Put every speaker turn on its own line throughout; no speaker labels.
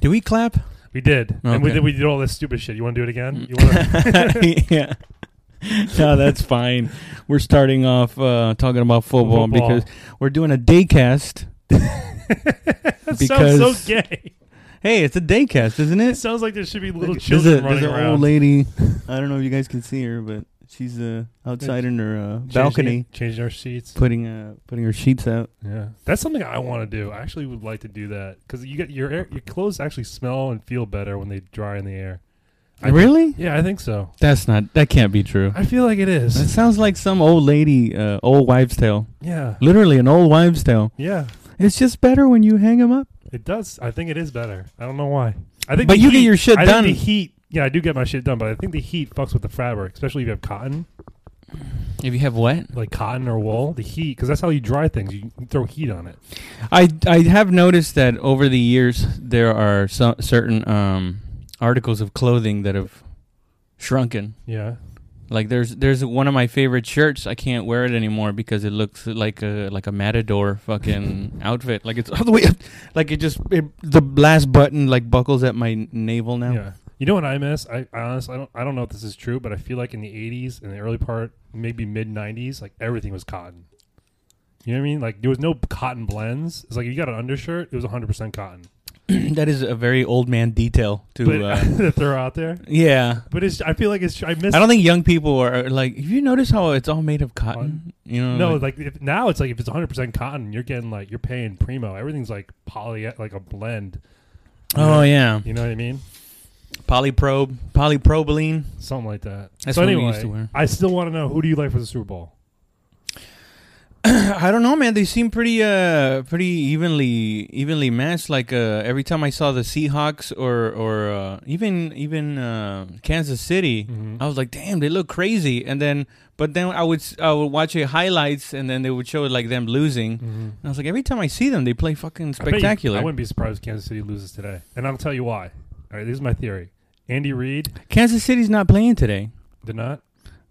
Do we clap?
We did, and we
Okay.
did. We did all this stupid shit. You want to do it again? You want
yeah. No, that's fine. We're starting off uh, talking about football,
Football.
because we're doing a daycast.
that sounds
Because-
so gay.
Hey, it's a daycast, isn't
It
it?
sounds like there should be little
There's a-
children running
there's an
around.
old lady. uh, I don't know if you guys can see her, but she's uh, outside in her uh,
Changing-
balcony
changing our seats.
putting uh, putting her sheets out.
Yeah, that's something I want to do. I actually would like to do that because you get your air, your clothes actually smell and feel better when they dry in the air. I
really?
Yeah, I think so.
That's not. That can't be true.
I feel like it
That
is.
sounds like some old lady, uh, old wives' tale.
Yeah,
Literally, an old wives' tale.
yeah,
It's just better when you hang them up.
it does. I think it is better. I don't know why. I think,
But
the
you get
heat-
your shit
I
done.
Think the heat. Yeah, I do get my shit done, but I think the heat fucks with the fabric, especially if you have cotton,
If you have what?
like cotton or wool. The heat, because that's how you dry things. You you throw heat on it.
I I have noticed that over the years there are so, certain um, articles of clothing that have shrunken.
Yeah,
Like there's there's one of my favorite shirts. I can't wear it anymore because it looks like a like a matador fucking outfit. Like it's all the way up. Like it just it, the last button like buckles at my navel now.
Yeah. You know what I miss? I, I honestly I don't I don't know if this is true, but I feel like in the eighties and the early part, maybe mid nineties, like everything was cotton. You know what I mean? Like there was no cotton blends. It's like if you got an undershirt, it was hundred percent cotton.
that is a very old man detail
But
to. Uh,
that they're out there.
yeah.
But it's I feel like it's I miss
I don't think young people are like. Have you noticed how it's all made of cotton? You know,
no,
like,
like if, now it's like if it's 100 percent cotton, you're getting like you're paying primo. Everything's like poly, like a blend. You
oh
know-
yeah,
you know what I mean?
polyprobe, polypropylene.
Something like that.
That's
so
what we
anyway,
used to wear.
I still want to know who do you like for the Super Bowl?
I don't know, man. They seem pretty, uh, pretty evenly, evenly matched. Like uh, every time I saw the Seahawks or or uh, even even uh, Kansas City,
Mhm.
I was like, damn, they look crazy. And then, but then I would s- I would watch it highlights, and then they would show it like them losing.
Mhm.
And I was like, every time I see them, they play fucking
I bet you-
spectacular.
I, wouldn't be surprised if Kansas City loses today, and I'll tell you why. All right, this is my theory. Andy Reid
Kansas City's not playing today.
did not.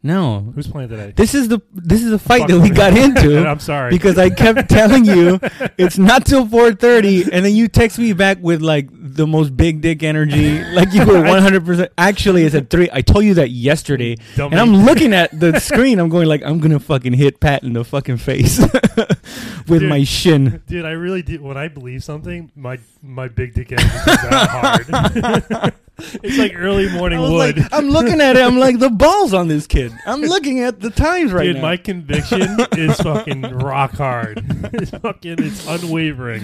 No,
Who's playing today?
this is the this is the fight
Fuck.
that we got into.
And I'm sorry.
because I kept telling you it's not till 4:30, and then you text me back with like the most big dick energy, like you were 100. percent Actually, it's at three. I told you that yesterday,
Dummy.
and I'm looking at the screen. I'm going like, I'm gonna fucking hit Pat in the fucking face with
Dude.
my shin.
dude. I really do. When I believe something, my my big dick energy comes out hard. it's like early morning
I was
wood.
like, I'm looking at it. I'm like, the balls on this kid. I'm looking at the times right
Dude,
now.
my conviction is fucking rock hard. it's fucking, it's unwavering.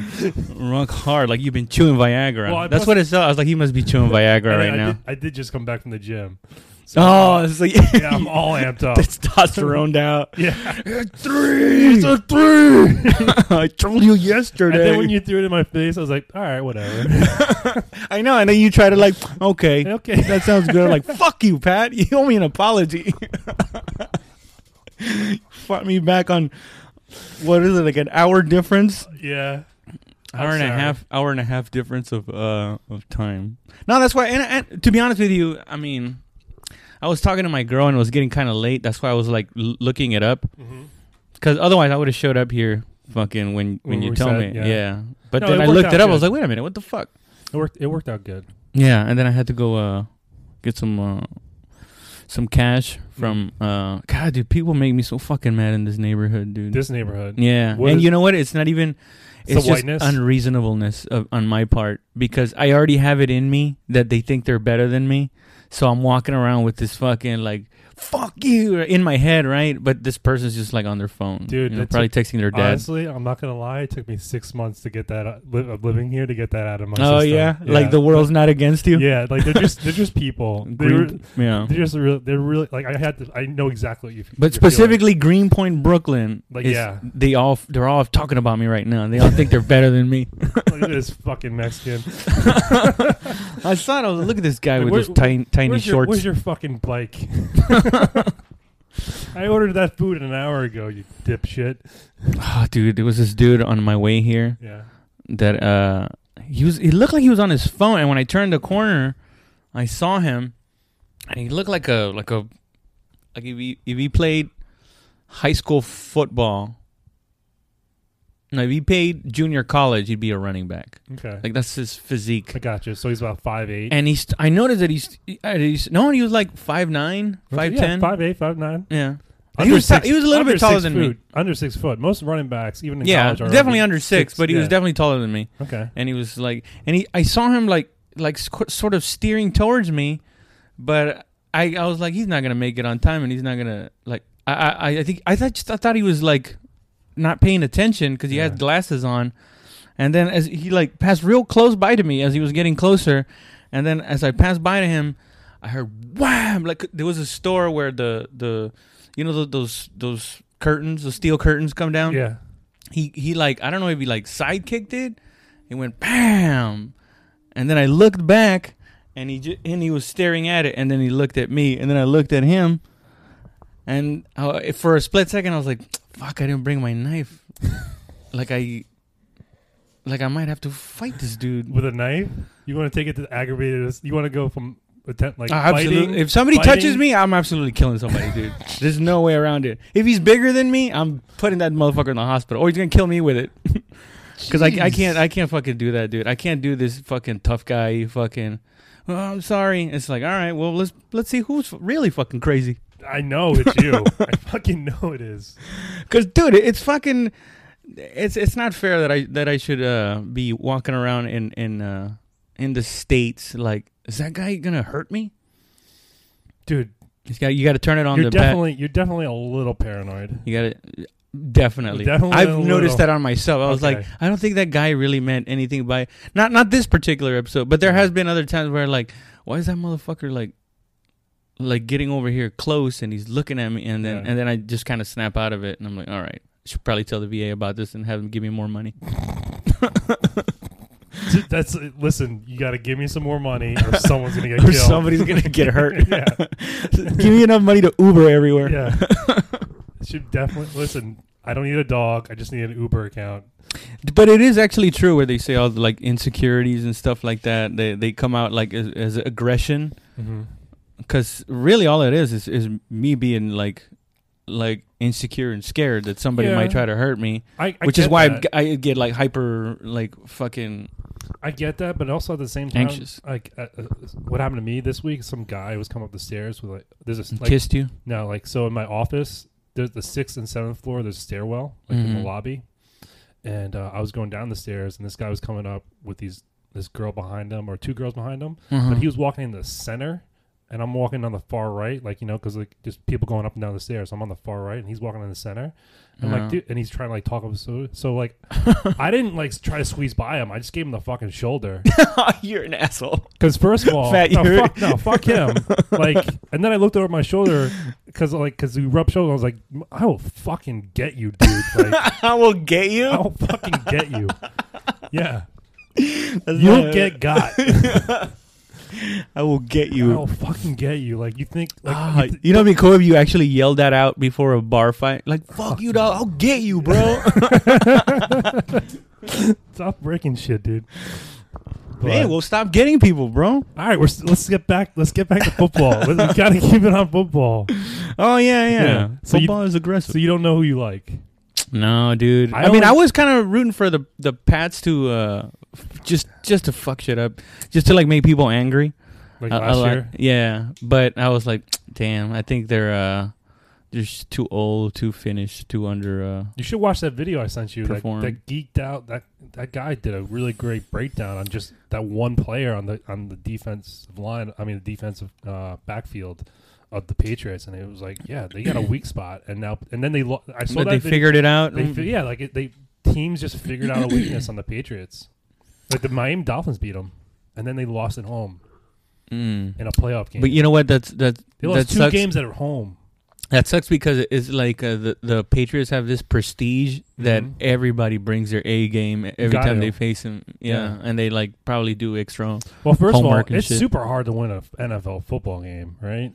Rock hard, like you've been chewing Viagra.
Well, I
That's
must-
what it said. I was like, he must be chewing Viagra
And I-
right
I
now.
Did, I did just come back from the gym. So, uh,
Oh, it's like
yeah, I'm all amped up.
testosterone out.
yeah.
Three. It's a three. I told you yesterday.
And then when you threw it in my face, I was like, all right, whatever.
I know, and then you try to like, okay,
Okay.
that sounds good. like, fuck you, Pat. You owe me an apology. Fought me back on what is it, like an hour difference?
Yeah.
Hour
I'm
and a
sorry.
half, hour and a half difference of uh of time. No, that's why. And, and to be honest with you, I mean, I was talking to my girl and it was getting kind of late. That's why I was like l- looking it up.
Mhm.
Because otherwise, I would have showed up here fucking when when
When
you
we
told
said,
me. Yeah.
yeah.
But
No,
then
it
I
worked
looked
out
it up. I was
good.
like, wait a minute, what the fuck?
It worked. It worked out good.
Yeah. And then I had to go uh, get some uh, some cash from.
Mm.
Uh, God, dude, people make me so fucking mad in this neighborhood, dude.
This neighborhood.
yeah.
What
and
is-
you know what? It's not even.
It's the
It's just
whiteness?
unreasonableness of, on my part because I already have it in me that they think they're better than me. So I'm walking around with this fucking like fuck you in my head, right? But this person's just like on their phone,
Dude,
you know,
that's
probably texting their dad.
Honestly, I'm not gonna lie. It took me six months to get that uh, li- of living here to get that out of my.
Oh
system.
yeah? like the world's not against you.
Yeah, like they're just they're just people. They were,
Green, yeah.
they're just real. They're really like I had to. I know exactly what you.
But
you're feeling.
specifically, Greenpoint, Brooklyn.
Like,
is-
yeah.
they all they're all talking about me right now. They all think they're better than me.
look at this fucking Mexican.
I saw it. I was like, look at this guy
Like,
with
where-
those tiny tiny
where's Your,
shorts.
where's your fucking bike? I ordered that food an hour ago. You dipshit.
oh, dude, there was this dude on my way here
Yeah.
that uh he was he looked like he was on his phone, and when I turned the corner, I saw him, and he looked like a like a like if he if he played high school football. No, if he paid junior college, he'd be a running back.
Okay,
Like that's his physique.
I got you. So he's about five eight.
and he's. I noticed that he's. At least, no, he was like five nine, five ten.
five eight, five nine.
Yeah. He was ta- he was a little bit taller than me.
Under six foot. Most running backs, even in
Yeah,
college, are
definitely
over
under six,
six,
but he was
yeah.
definitely taller than me.
okay.
And he was like, and he, I saw him like, like squ- sort of steering towards me, but I, I was like, he's not gonna make it on time, and he's not gonna like. I, I, I think I thought just, I thought he was like, not paying attention because he
Yeah.
had glasses on, and then as he like passed real close by to me as he was getting closer, and then as I passed by to him, I heard wham! Like there was a store where the the, you know tho- those those curtains, the steel curtains come down
Yeah.
he he like I don't know if he like sidekicked it. It went bam, and then I looked back, and he ju- and he was staring at it, and then he looked at me, and then I looked at him, and I, for a split second I was like, "Fuck! I didn't bring my knife." like I, like I might have to fight this dude.
With a knife, you want to take it to aggravated. You want to go from attempt like
Uh, absolutely.
fighting.
if somebody
biting-
touches me, I'm absolutely killing somebody, dude. There's no way around it. If he's bigger than me, I'm putting that motherfucker in the hospital, or he's gonna kill me with it. Because I, I can't I can't fucking do that, dude. I can't do this fucking tough guy fucking. Oh, I'm sorry. It's like all right. Well, let's let's see who's really fucking crazy.
I know it's you. I fucking know it is.
Because dude, it's fucking. It's it's not fair that I that I should uh, be walking around in in uh, in the states like is that guy gonna hurt me?
Dude,
He's got you got to turn it on
you're
the back.
definitely you're definitely a little paranoid.
You got it. Definitely.
Definitely a
I've
little.
noticed that on myself. I was
Okay.
like, I don't think that guy really meant anything by not not this particular episode, but there has been other times where like, why is that motherfucker like like getting over here close and he's looking at me and then
Yeah.
and then I just kind of snap out of it and I'm like, all right, I should probably tell the VA about this and have them give me more money.
That's listen. You got to give me some more money, or someone's gonna get
Or
killed.
somebody's gonna get hurt.
yeah,
give me enough money to Uber everywhere.
yeah. It should definitely listen. I don't need a dog. I just need an Uber account.
But it is actually true where they say all the like insecurities and stuff like that. They they come out like as, as aggression. Mm-hmm. because really all it is, is is me being like like insecure and scared that somebody
Yeah.
might try to hurt me
I, I
which is
get
why I
that.
g- I get like hyper like fucking
I get that, but also at the same time,
Anxious.
Like, uh, uh, what happened to me this week? Some guy was coming up the stairs with like, there's a like,
kissed you
No, like so in my office, there's the sixth and seventh floor. There's a stairwell like in the
Mhm.
lobby, and uh, I was going down the stairs, and this guy was coming up with these this girl behind him or two girls behind him,
Mm-hmm.
but he was walking in the center, and I'm walking on the far right, like you know, because like just people going up and down the stairs. I'm on the far right, and he's walking in the center, and
Yeah.
like dude, and he's trying to like talk up so so like I didn't like try to squeeze by him. I just gave him the fucking shoulder.
Oh, you're an asshole
Because first of all,
Fat
no,
you.
fuck, no, fuck him. like, and then I looked over my shoulder because, like, because we rubbed shoulders. I was like, I will fucking get you, dude. Like,
i will get you
I will fucking get you. Yeah, you'll get got.
i will get
I
you
will fucking get you. Like, you think? Oh, Like,
Ah,
you th-
you know, what'd be cool if you actually yelled that out before a bar fight. Like, fuck you, dog. I'll get you, bro.
stop breaking shit, dude.
hey,
But-
well, stop getting people, bro.
all right, we're s- let's get back. Let's get back to football. we we gotta keep it on football.
Oh yeah, yeah.
Yeah. So you-
Football is aggressive.
So you don't know who you like.
No, dude. I,
I
mean,
only-
I was kind of rooting for the the Pats to uh, f- just just to fuck shit up, just to like make people angry.
Like
I- I
last
like-
year,
yeah. But I was like, damn, I think they're uh, they're just too old, too finished, too under. Uh,
You should watch that video I sent you. That,
Perform.
that geeked out. That that guy did a really great breakdown on just that one player on the on the defensive line. I mean, the defensive uh, backfield of the Patriots, and it was like, yeah, they got a weak spot, and now and then they. Lo- I saw
but
that
they
video-
figured it out.
They, fi- yeah, like it, they teams just figured out a weakness on the Patriots. Like the Miami Dolphins beat them, and then they lost at home
Mm.
in a playoff game.
But you know what? That's that.
they lost
That
two
sucks.
games at home.
That sucks because it's like uh, the the Patriots have this prestige that
Mhm.
everybody brings their A game every
Gotta.
time they face them. Yeah,
Yeah.
and they like probably do extra.
Well, first of all,
homework and
it's
shit.
super hard to win a f- NFL football game, right?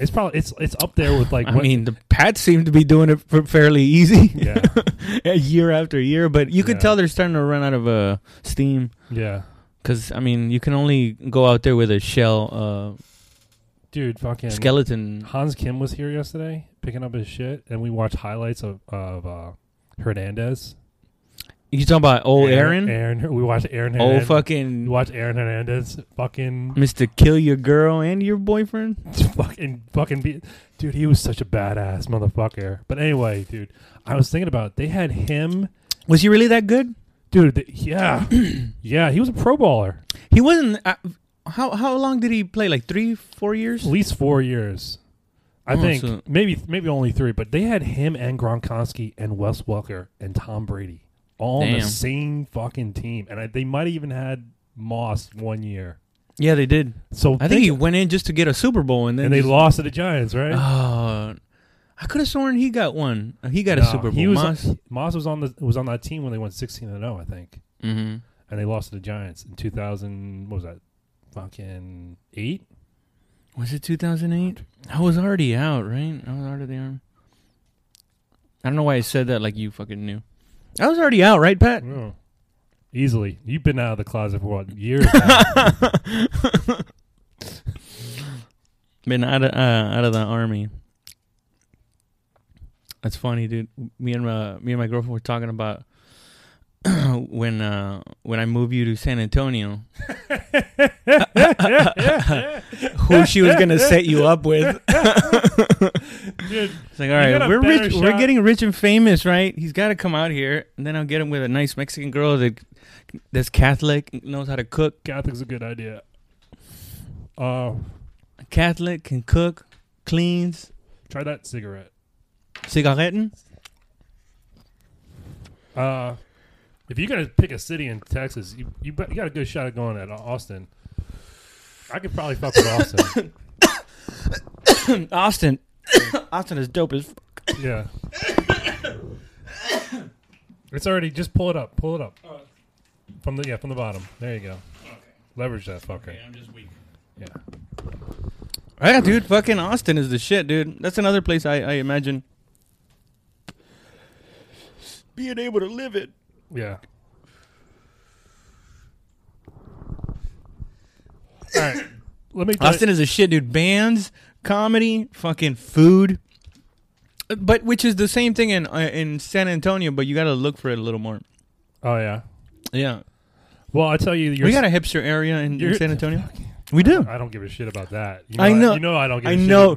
It's probably it's it's up there with like
I
what-
mean, the Pats seem to be doing it fa- fairly easy.
yeah,
year after year, but you could
Yeah.
tell they're starting to run out of uh, steam.
yeah,
Because I mean, you can only go out there with a shell
dude,
uh,
fucking
skeleton.
Hans Kim was here yesterday picking up his shit, and we watched highlights of of uh, Hernandez.
You talking about old
Aaron,
Oh, Aaron? Oh,
Aaron, we watched Aaron.
Old
Hernandez. we
fucking
watched Aaron Hernandez fucking
Mr. Kill Your Girl and Your Boyfriend.
fucking fucking be, dude. He was such a badass motherfucker. But anyway, dude, I was thinking about they had him,
Was he really that good?
dude. th- yeah, yeah, he was a pro baller.
He wasn't. Uh, how how long did he play? Like three, four years?
At least four years. I
Oh,
think
so-
maybe maybe only three, but they had him and Gronkowski and Wes Welker and Tom Brady all on the
Damn.
same fucking team, and I, they might have even had Moss one year.
Yeah, they did.
So
I think he went in just to get a Super Bowl, and then
and they
just-
lost to the Giants, right?
Oh, I could have sworn he got one. He got a
No,
Super Bowl.
He was
Moss.
Moss was on the was on that team when they went sixteen and zero, I think,
Mhm.
and they lost to the Giants in two thousand. What was that? Fucking eight.
Was it 2008? I was already out, right? I was already out of the army. I don't know why I said that like you fucking knew. I was already out, right, Pat?
No. Easily, you've been out of the closet for what years? now?
Been out of uh, out of the army. That's funny, dude. Me and my me and my girlfriend were talking about when uh, when I move you to San Antonio, who she was gonna set you up with.
Dude,
It's like, all right,
got a
we're
better
rich, we're
shot.
getting rich and famous, right? He's got to come out here, and then I'll get him with a nice Mexican girl that that's Catholic, knows how to cook.
Catholic's a good idea. Uh,
Catholic can cook, cleans,
try that cigarette.
cigaretten.
Uh, if you're gonna pick a city in Texas, you you, bet- you got a good shot at going at Austin. I could probably fuck with Austin.
Austin, Austin is dope as. F-
yeah. It's already. Just pull it up. Pull it up. From the yeah, from the bottom. There you go. Leverage that fucker.
I'm just weak.
Yeah.
Yeah, dude, fucking Austin is the shit, dude. That's another place I, I imagine being able to live it.
Yeah. All right. Let me. tell
Austin is a shit, dude. Bands, comedy, fucking food. But which is the same thing in uh, in San Antonio, but you gotta look for it a little more.
Oh yeah.
Yeah,
Well, I tell you, you're
we got a hipster area in, in
you're-
San Antonio. We do.
I don't give a shit about that. You
I know-
You know, I don't. Give
I
a shit.
know.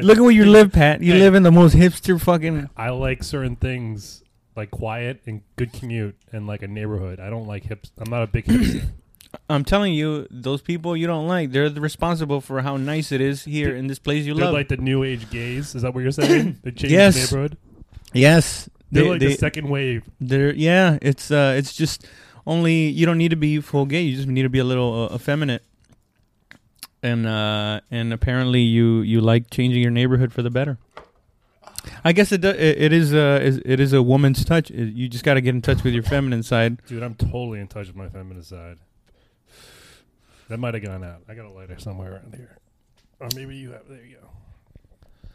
Look at where you live, Pat. You
Hey.
live in the most hipster fucking.
I like certain things like quiet and good commute and like a neighborhood. I don't like hips. I'm not a big hipster.
I'm telling you, those people you don't like, they're the responsible for how nice it is here in this place you
They're
love.
like the new age gays. Is that what you're saying? They changed
Yes.
the neighborhood.
yes,
They're
they,
like
they,
the second wave.
they're yeah. It's uh, it's just only you don't need to be full gay. You just need to be a little uh, effeminate. And uh, and apparently you you like changing your neighborhood for the better. I guess it do, it, it is uh is, it is a woman's touch. It- you just got to get in touch with your feminine side.
Dude, I'm totally in touch with my feminist side. That might have gone out. I got a lighter somewhere around here. Or maybe you have. There you go.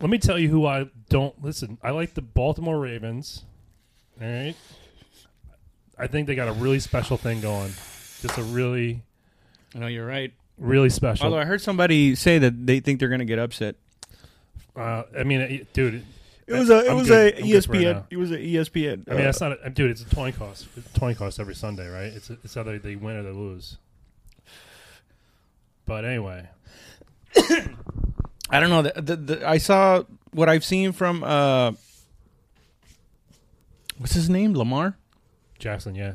Let me tell you who I don't listen. I like the Baltimore Ravens. All right. I think they got a really special thing going. Just a really,
No, you're right.
really special.
Although I heard somebody say that they think they're gonna get upset.
Uh, I mean, it- dude.
It was a it
I'm
was
good.
a E
I'm good for right
ESPN.
now.
it was a ESPN.
I mean,
uh,
that's not. A, dude, it's a coin cost. It's a coin cost every Sunday, right? It's it's either they win or they lose. But anyway,
I don't know. The, the, the, I saw what I've seen from uh, what's his name, Lamar.
Jackson, yeah.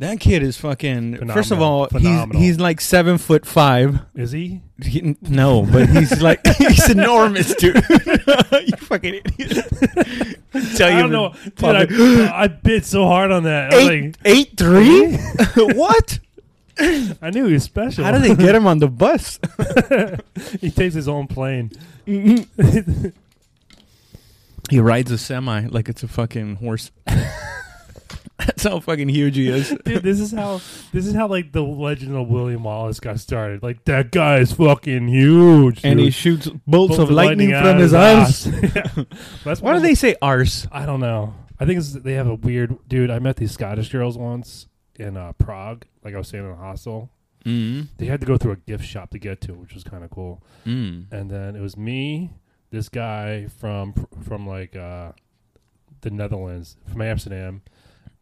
That kid is fucking. First of
Phenomenal.
all,
Phenomenal.
he's he's like seven foot five.
Is he?
He, no, but he's like he's enormous, dude. you fucking idiot. Tell
I
you,
don't know. Dude,
public-
I, I bit so hard on that. I, was
Eight, eight three? what?
like, I knew he was special.
How do they get him on the bus?
he takes his own plane.
Mm-hmm. He rides a semi like it's a fucking horse. That's how fucking huge he is.
Dude, this is how this is how like the legend of William Wallace got started. Like that guy is fucking huge.
and
dude.
he shoots bolts,
Bolts
of lightning,
out
from
of
his arse.
Yeah. That's
Why do they say arse?
I don't know. I think it's, they have a weird dude. I met these Scottish girls once in uh, Prague. Like I was staying in a hostel.
Mm.
They had to go through a gift shop to get to, it, which was kind of cool.
Mm.
And then it was me, this guy from from like uh, the Netherlands from Amsterdam,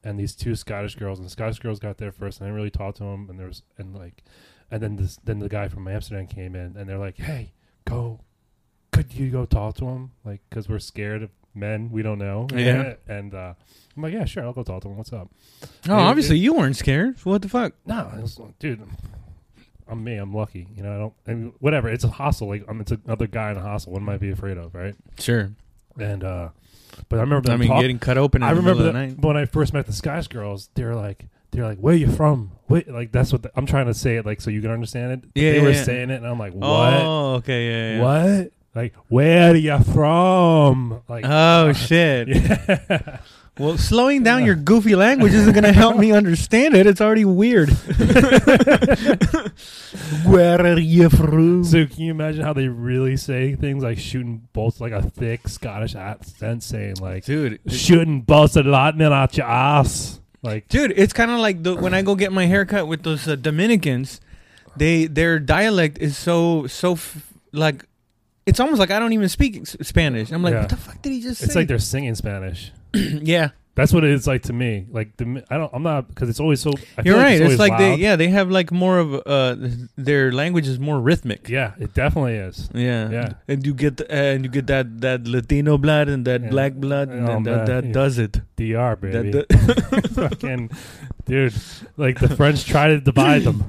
and these two Scottish girls. And the Scottish girls got there first, and I didn't really talked to them. And there was and like, and then this then the guy from Amsterdam came in, and they're like, "Hey, go, could you go talk to him? Like, because we're scared of men we don't know."
Yeah.
And uh, I'm like, "Yeah, sure, I'll go talk to him. What's up?"
No,
Dude,
obviously you weren't scared. What the fuck?
No, it was, dude, I'm me. I'm lucky. You know, I don't. I mean, whatever. It's a hostel. Like, I'm, it's another guy in a hostel. What am I be afraid of, right?
Sure.
And uh, but I remember.
I
them
mean,
talk-
getting cut open. In
I
the
remember
middle
that
of the night.
when I first met the Scottish girls. They're like, they're like, where you from? Wait, like that's what the, I'm trying to say it, like so you can understand it.
Yeah,
they
yeah,
were
yeah.
saying it, and I'm like, what?
Oh, okay, yeah, yeah.
What? Like, where are you from? Like,
Oh shit!
yeah.
Well, slowing down your goofy language isn't going to help me understand it. It's already weird. Where are you from?
So can you imagine how they really say things like shooting bolts like a thick Scottish accent saying like
dude,
shooting bolts a lot men out your ass. Like
dude, it's kind of like the, when I go get my haircut with those uh, Dominicans. They their dialect is so so f- like it's almost like I don't even speak s- Spanish. I'm like,
Yeah.
what the fuck did he just
it's
say?
like they're singing Spanish.
yeah,
That's what it's like to me. Like the, I don't I'm not because it's always so. I feel
you're right.
It's,
It's,
always
like they
loud.
yeah they have like more of uh their language is more rhythmic.
Yeah, it definitely is.
Yeah.
Yeah.
And you get uh, and you get that that Latino blood and that
Yeah.
black blood and
Oh,
then that,
man.
that does it.
Dr. Baby,
That, do-
fucking dude. Like the French try to divide them.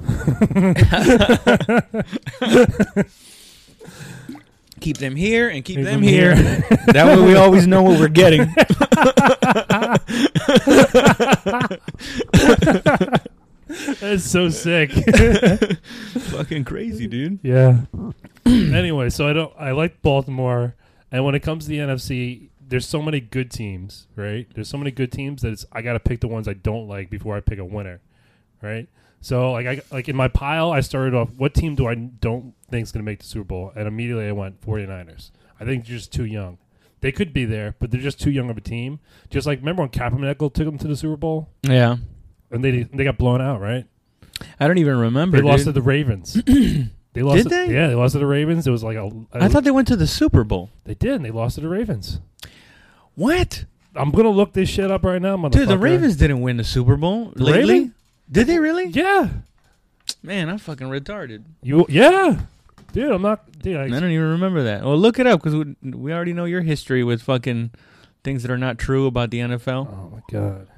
keep them here and keep,
Keep
them,
them
here. that way we always know what we're getting.
That's so sick.
Fucking crazy, dude.
Yeah. anyway, so I don't. I like Baltimore, and when it comes to the NFC, there's so many good teams, right? There's so many good teams that it's I gotta pick the ones I don't like before I pick a winner, right? So like I like in my pile, I started off what team do I don't think's gonna make the Super Bowl, and immediately I went 49ers. I think they're just too young. They could be there, but they're just too young of a team. Just like remember when Kaepernick took them to the Super Bowl,
Yeah.
and they they got blown out, right?
I don't even remember.
They lost to
dude.
the Ravens. they lost.
Did
to-
they?
Yeah, they lost to the Ravens. It was like a.
I thought they went to the Super Bowl.
they did. and They lost to the Ravens.
What?
I'm gonna look this shit up right now, motherfucker.
Dude, the Ravens didn't win the Super Bowl
The
lately.
Ravens?
Did they really?
Yeah,
Man, I'm fucking retarded.
you. Yeah, dude. I'm not. Dude,
I
I,
don't even remember that. Well, look it up because we, we already know your history with fucking things that are not true about the
oh
NFL.
my god.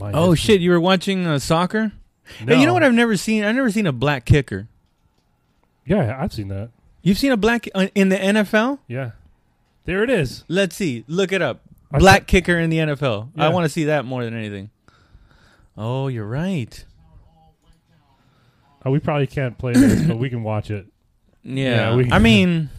My
Oh
history.
shit, you were watching uh, soccer?
No.
Hey, you know what I've never seen? I've never seen a black kicker.
yeah, I've seen that.
You've seen a black uh, in the NFL?
Yeah, there it is.
Let's see. Look it up.
I
Black kicker in the NFL. I
Yeah.
want to see that more than anything. Oh, you're right.
Oh, we probably can't play this, but we can watch it.
Yeah.
Yeah, we-
I mean,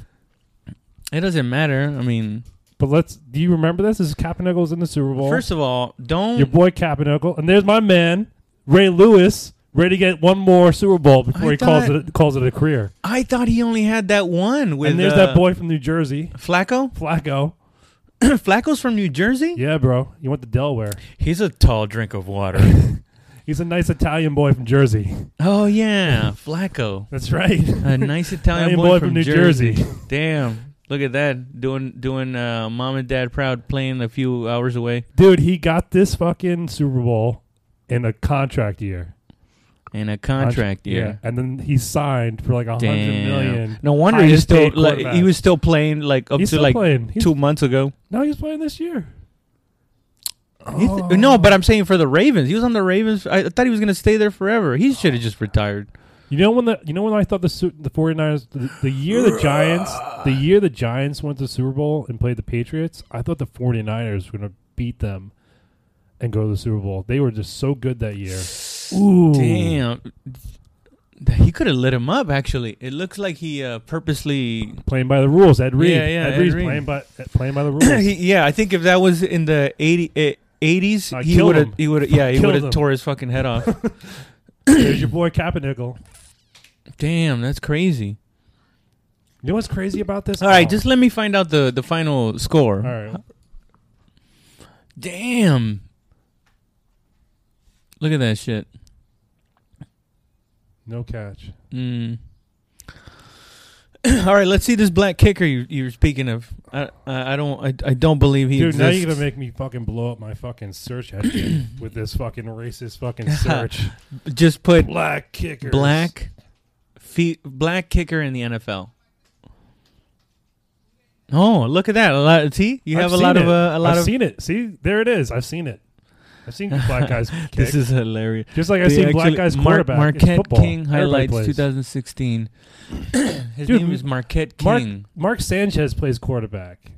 it doesn't matter. I mean,
But let's. Do you remember this? This is Kaepernick's in the Super Bowl.
first of all, don't.
your boy Kaepernick, and there's my man Ray Lewis, ready to get one more Super Bowl before
I
he calls
thought-
it calls it a career.
I thought he only had that one with.
and there's
uh,
that boy from New Jersey,
Flacco?
Flacco.
Flacco's from New Jersey?
Yeah, bro, you went to Delaware.
He's a tall drink of water.
He's a nice Italian boy from Jersey.
oh, yeah. Flacco.
That's right.
A nice Italian boy, from, New Jersey. Damn. Look at that. Doing doing uh, mom and dad proud playing a few hours away
Dude, he got this fucking Super Bowl in a contract year.
in a contract year.
And then he signed for like a hundred
Damn.
million.
No wonder he was
Highest
still
paid
like,
quarterback.
he was still playing like up
He's
to
still
like
playing. He's,
two months ago.
no, he's playing this year.
He th- No, but I'm saying for the Ravens. He was on the Ravens. I, I thought he was gonna stay there forever. He should have just retired.
You know when the you know when I thought the Su- the 49ers the, the year the Giants the year the Giants went to the Super Bowl and played the Patriots, I thought the 49ers were going to beat them and go to the Super Bowl. They were just so good that year. Ooh.
Damn. Th- He could have lit him up. Actually, it looks like he uh, purposely.
Playing by the rules, Ed Reed.
Yeah, yeah,
Ed,
Ed
Reed's
Reed.
playing by playing by the rules.
He- yeah, I think if that was in the 80, eh, 80s,
I
he
killed
would have.
him.
He would. Yeah, he
Killed
would have
him.
tore his fucking head off.
There's your boy Kaepernick.
Damn, that's crazy.
You know what's crazy about this?
All right,
Oh.
just let me find out the the final score.
all right.
Damn. Look at that shit.
No catch.
Mm. All right, let's see this black kicker you, you're speaking of. I I I don't I, I don't believe he
Dude, now
exists.
you're gonna make me fucking blow up my fucking search engine with this fucking racist fucking search.
Just put
black kickers.
black feet black kicker in the NFL. Oh, look at that! A lot. See, you
I've
have a
seen
lot
it.
of uh, a lot
I've
of.
seen it. See, there it is. I've seen it. I've seen black guys kick.
This is hilarious.
just like
They
I've seen black
actually-
guys
Mar-
quarterback. It's
Marquette
football.
King
Everybody
highlights
plays.
2016. His
Dude,
name is Marquette
Mark-
King.
Mark Sanchez plays quarterback.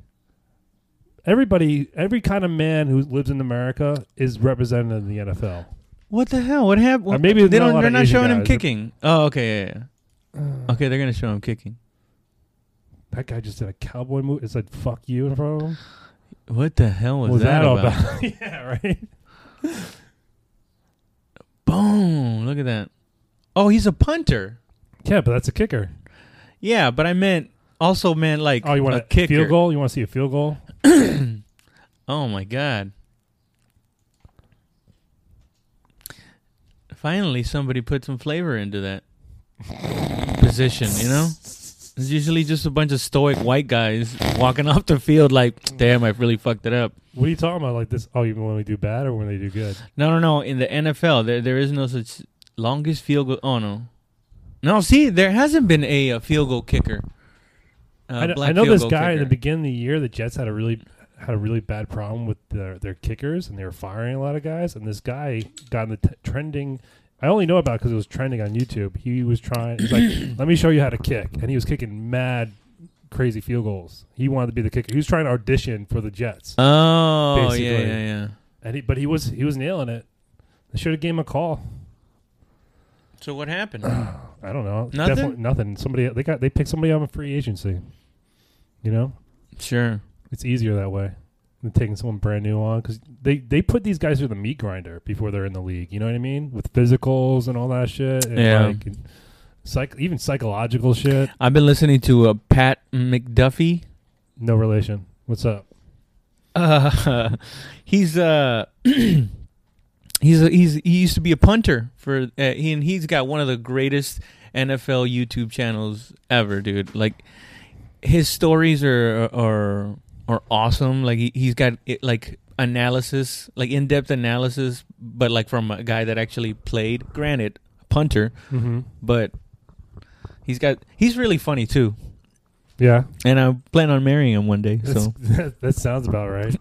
Everybody, every kind of man who lives in America is represented in the NFL.
what the hell? What happened?
Or maybe
they
not a
don't.
lot
They're
of
not
Asian
showing him
guys, but-
kicking. Oh, okay, yeah, yeah. Okay, they're gonna show him kicking.
That guy just did a cowboy move. It said "fuck you" in front of him.
What the hell was,
What was
that,
all
about?
about? yeah, right.
Boom! Look at that. Oh, he's a punter.
Yeah, but that's a kicker.
Yeah, but I meant also meant like
Oh, you want
a
a
kicker.
field goal? You want to see a field goal?
Oh my god. Finally somebody put some flavor into that position, you know? It's usually just a bunch of stoic white guys walking off the field like, damn, I've really fucked it up.
What are you talking about? Like this? Oh, even when we do bad or when they do good?
No no no, in the NFL there there is no such longest field goal oh no. No, see, there hasn't been a, uh field goal kicker. Uh,
I, kn-
black
I know
field
this
goal
guy in
kicker.
the beginning of the year. The Jets had a really had a really bad problem with their their kickers, and they were firing a lot of guys. And this guy got in the t- trending. I only know about because it was trending on YouTube. He was trying. He's like, "Let me show you how to kick," and he was kicking mad, crazy field goals. He wanted to be the kicker. He was trying to audition for the Jets,
Oh yeah,
basically.
yeah, yeah.
and he, but he was he was nailing it. They should have gave him a call.
So what happened?
I don't know.
Nothing?
Definitely nothing. Somebody they got they picked somebody on a free agency. You know,
sure.
it's easier that way than taking someone brand new on because they they put these guys through the meat grinder before they're in the league. You know what I mean? With physicals and all that shit. And
Yeah.
Like, and psych, even psychological shit.
I've been listening to uh, Pat McDuffie.
No relation. What's up?
Uh, he's uh, he's a, he's he used to be a punter for uh, he and he's got one of the greatest NFL YouTube channels ever, dude. Like his stories are are are awesome. Like he, he's got it, like analysis, like in depth analysis, but like from a guy that actually played. Granted, punter,
Mm-hmm.
but he's got he's really funny too.
Yeah.
And I plan on marrying him one day.
That's,
So
that, that sounds about right.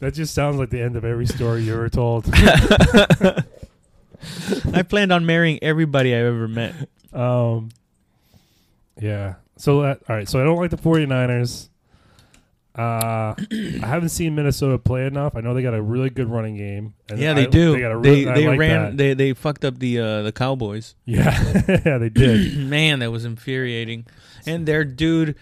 that just sounds like the end of every story you ever told.
I planned on marrying everybody I've ever met.
Um, yeah. So that, all right. So I don't like the 49ers. Uh, I haven't seen Minnesota play enough. I know they got a really good running game. And
yeah, they
I-
do.
They got a
they
really.
they
I like
ran.
That.
They they fucked up the uh, the Cowboys.
yeah, yeah, they did.
Man, that was infuriating. And their dude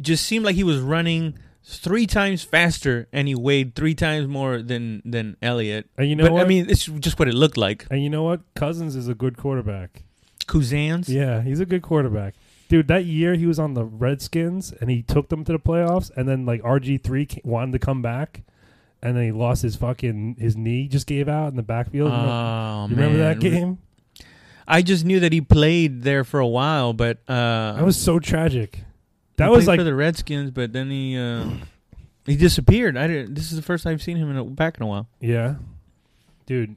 just seemed like he was running three times faster, and he weighed three times more than than Elliott.
And you know
but
what?
I mean, it's just what it looked like.
and you know what? Cousins is a good quarterback.
Kuzans.
Yeah, he's a good quarterback. Dude, that year he was on the Redskins and he took them to the playoffs, and then like RG three wanted to come back, and then he lost his fucking his knee just gave out in the backfield. You know-
Oh,
you remember that
man.
game?
I just knew that he played there for a while, but uh,
That was so tragic. That
he
was
played
like
for the Redskins, but then he uh, he disappeared. I didn't, this is the first I've seen him in a, back in a while.
Yeah, dude,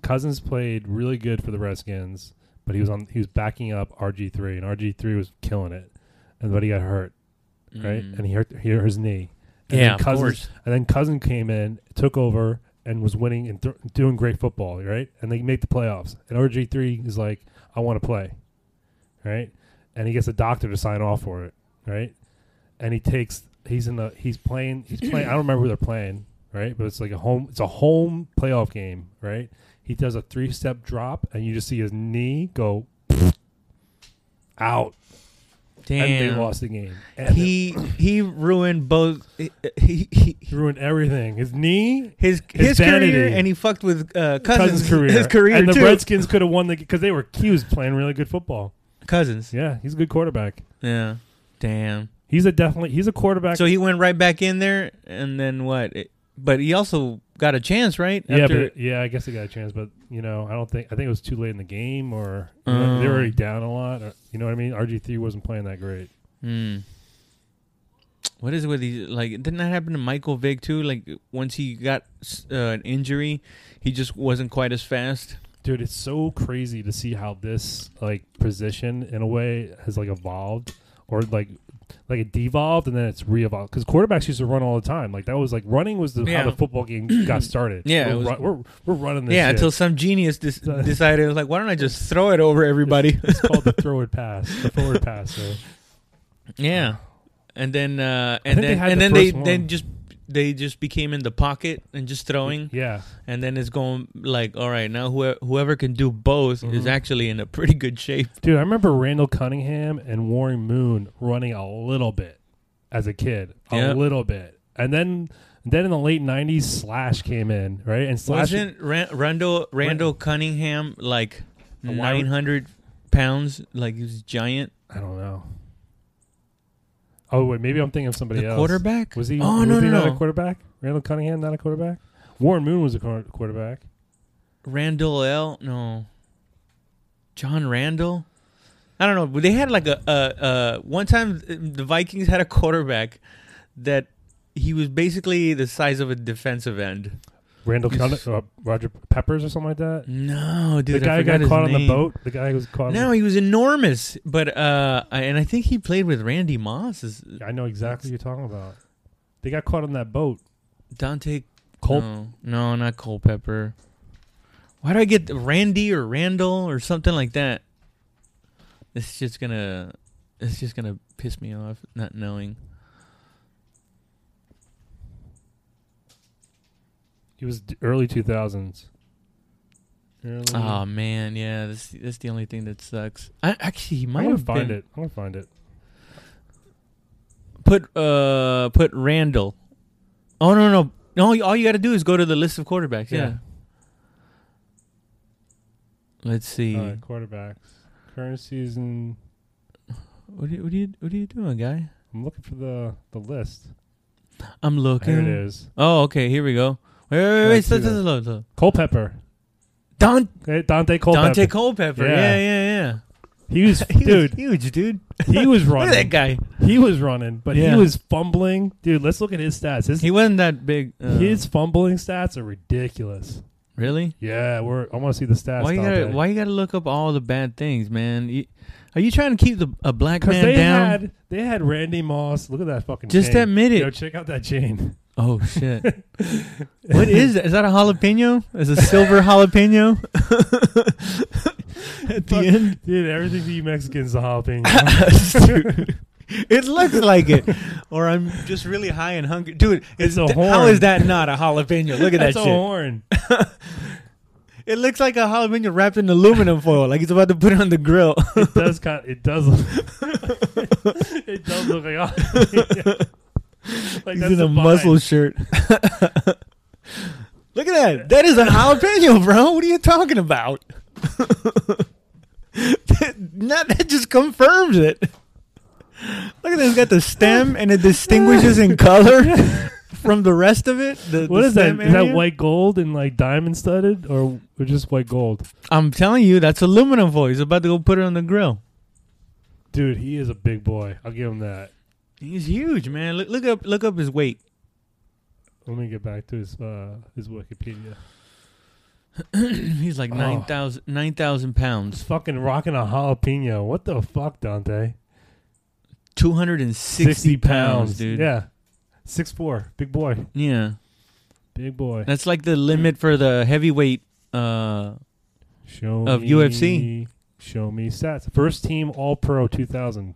Cousins played really good for the Redskins, but he was on he was backing up RG three, and RG three was killing it, and but he got hurt, right? And he hurt he hurt his knee.
Mm. yeah,
And then
of
Cousins,
course.
And then Cousin came in, took over, and was winning and th- doing great football, right? And they made the playoffs. And RG three is like, I want to play, right? And he gets a doctor to sign off for it, right? And he takes he's in the he's playing he's playing I don't remember who they're playing, right? But it's like a home it's a home playoff game, right? He does a three step drop, and you just see his knee go out, and they
Damn.
lost the game. And
He he ruined both. He, he, he,
it ruined everything. His knee
his his,
His
career,
vanity.
and he fucked with uh, cousins,
Cousins' career.
His career
and the
too.
Redskins could have won the because they were he was playing really good football.
cousins.
Yeah, he's a good quarterback.
Yeah. Damn.
He's a definitely he's a quarterback.
So he went right back in there, and then what? It- but he also got a chance, right?
Yeah,
After-
but, yeah, I guess they got a chance, but you know, I don't think I think it was too late in the game, or you know,
Uh.
they were already down a lot. Or, you know what I mean? RG three wasn't playing that great.
Hmm. What is it with these? Like, didn't that happen to Michael Vick too? Like, once he got s- uh, an injury, he just wasn't quite as fast.
Dude, it's so crazy to see how this like position in a way has like evolved, or like like it devolved and then it's re-evolved because quarterbacks used to run all the time. Like that was like running was the,
Yeah.
how the football game got started.
Yeah, it
we're,
was-
run- we're, we're running this.
yeah,
shit.
until some genius dis- decided, like, why don't I just throw it over everybody?
it's called the throward pass, the forward pass. So.
yeah, and then uh,
think
and
they
then
had
and
the
then they
first one.
then just they just became in the pocket and just throwing,
Yeah,
and then it's going like, all right, now whoever whoever can do both is
Mhm.
actually in a pretty good shape.
Dude, I remember Randall Cunningham and Warren Moon running a little bit as a kid, a
Yeah.
little bit, and then then in the late '90s, Slash came in, right? And Slash
Wasn't Ran- Randall Randall Cunningham like
A wide-
nine hundred pounds? Like he was giant.
I don't know. Oh wait, maybe I'm thinking of somebody
the
else.
quarterback
Was he?
Oh
was
no
he
no
not
no!
a quarterback? Randall Cunningham not a quarterback. Warren Moon was a quar- quarterback.
Randall L. No, John Randall. I don't know. But they had like a uh, uh, one time uh, the Vikings had a quarterback that he was basically the size of a defensive end.
Randall Cunn- uh, Roger Peppers or something like that.
No, dude,
the
I
guy who
forgot
got
his
caught on the
name.
boat. The guy who was caught.
No,
on
he was enormous, but uh, I- and I think he played with Randy Moss. Is
the- I know exactly what you're talking about. They got caught on that boat.
Dante
Cole
No, no, not Culpepper. Why do I get Randy or Randall or something like that? It's just gonna, it's just gonna piss me off not knowing.
He was d- early two thousands.
Oh man, yeah, that's that's the only thing that sucks. I actually he
I'm
might
gonna
have
find
been-
it. I'm gonna find it.
Put uh, put Randall. Oh no no no! All you got to do is go to the list of quarterbacks. Yeah.
Yeah.
Let's see.
Uh, quarterbacks, current season.
What are you, what are you what are you doing, guy?
I'm looking for the the list.
I'm looking.
Here it is.
Oh, okay. Here we go. Wait, wait, wait.
I
wait
see
slow, slow,
that.
slow, slow.
Culpepper.
Don-
Hey, Dante Culpepper.
Dante Culpepper. Yeah,
Yeah.
yeah,
he was
yeah. He was
dude.
huge, dude.
He was
Look at that
running.
guy.
He was running, but
Yeah.
he was fumbling. Dude, let's look at his stats. His
He wasn't that big. uh,
his fumbling stats are ridiculous.
really?
Yeah, we're. I want to see the stats.
Why you gotta
Dante.
Why you gotta look up all the bad things, man? You, are you trying to keep the a black
Because
man
they
down?
had they had Randy Moss. Look at that fucking.
Just
chain.
admit it.
Yo, check out that chain.
oh shit! what is that? Is that a jalapeno? Is a silver jalapeno at the
Fuck.
end?
Dude, everything for you Mexicans is a jalapeno.
Dude, it looks like it, or I'm just really high and hungry, dude.
It's a
th-
horn.
How is that not a jalapeno? Look at that
That's a
shit.
horn.
It looks like a jalapeno wrapped in aluminum foil, like he's about to put it on the grill.
It does kind. It does. Look, it does look like. a- like
he's
that's
in a
the
muscle shirt. Look at that. That is a jalapeno, bro. What are you talking about? that, not- that just confirms it. Look at this. It's got the stem and it distinguishes in color from the rest of it. The,
What
the
is that?
stem
Is that
area.
white gold and like diamond studded, or, or just white gold?
I'm telling you, that's aluminum foil. He's about to go put it on the grill.
Dude, he is a big boy. I'll give him that.
He's huge, man. Look, look up, look up his weight.
Let me get back to his uh, his Wikipedia.
He's like
Oh.
9,000 9,000
He's
pounds,
fucking rocking a jalapeno. What the fuck, Dante?
260 pounds, dude.
Yeah, six four, big boy,
yeah.
big boy.
That's like the limit for the heavyweight. Uh,
Show
Of
me,
UFC.
Show me stats. First team All Pro 2000.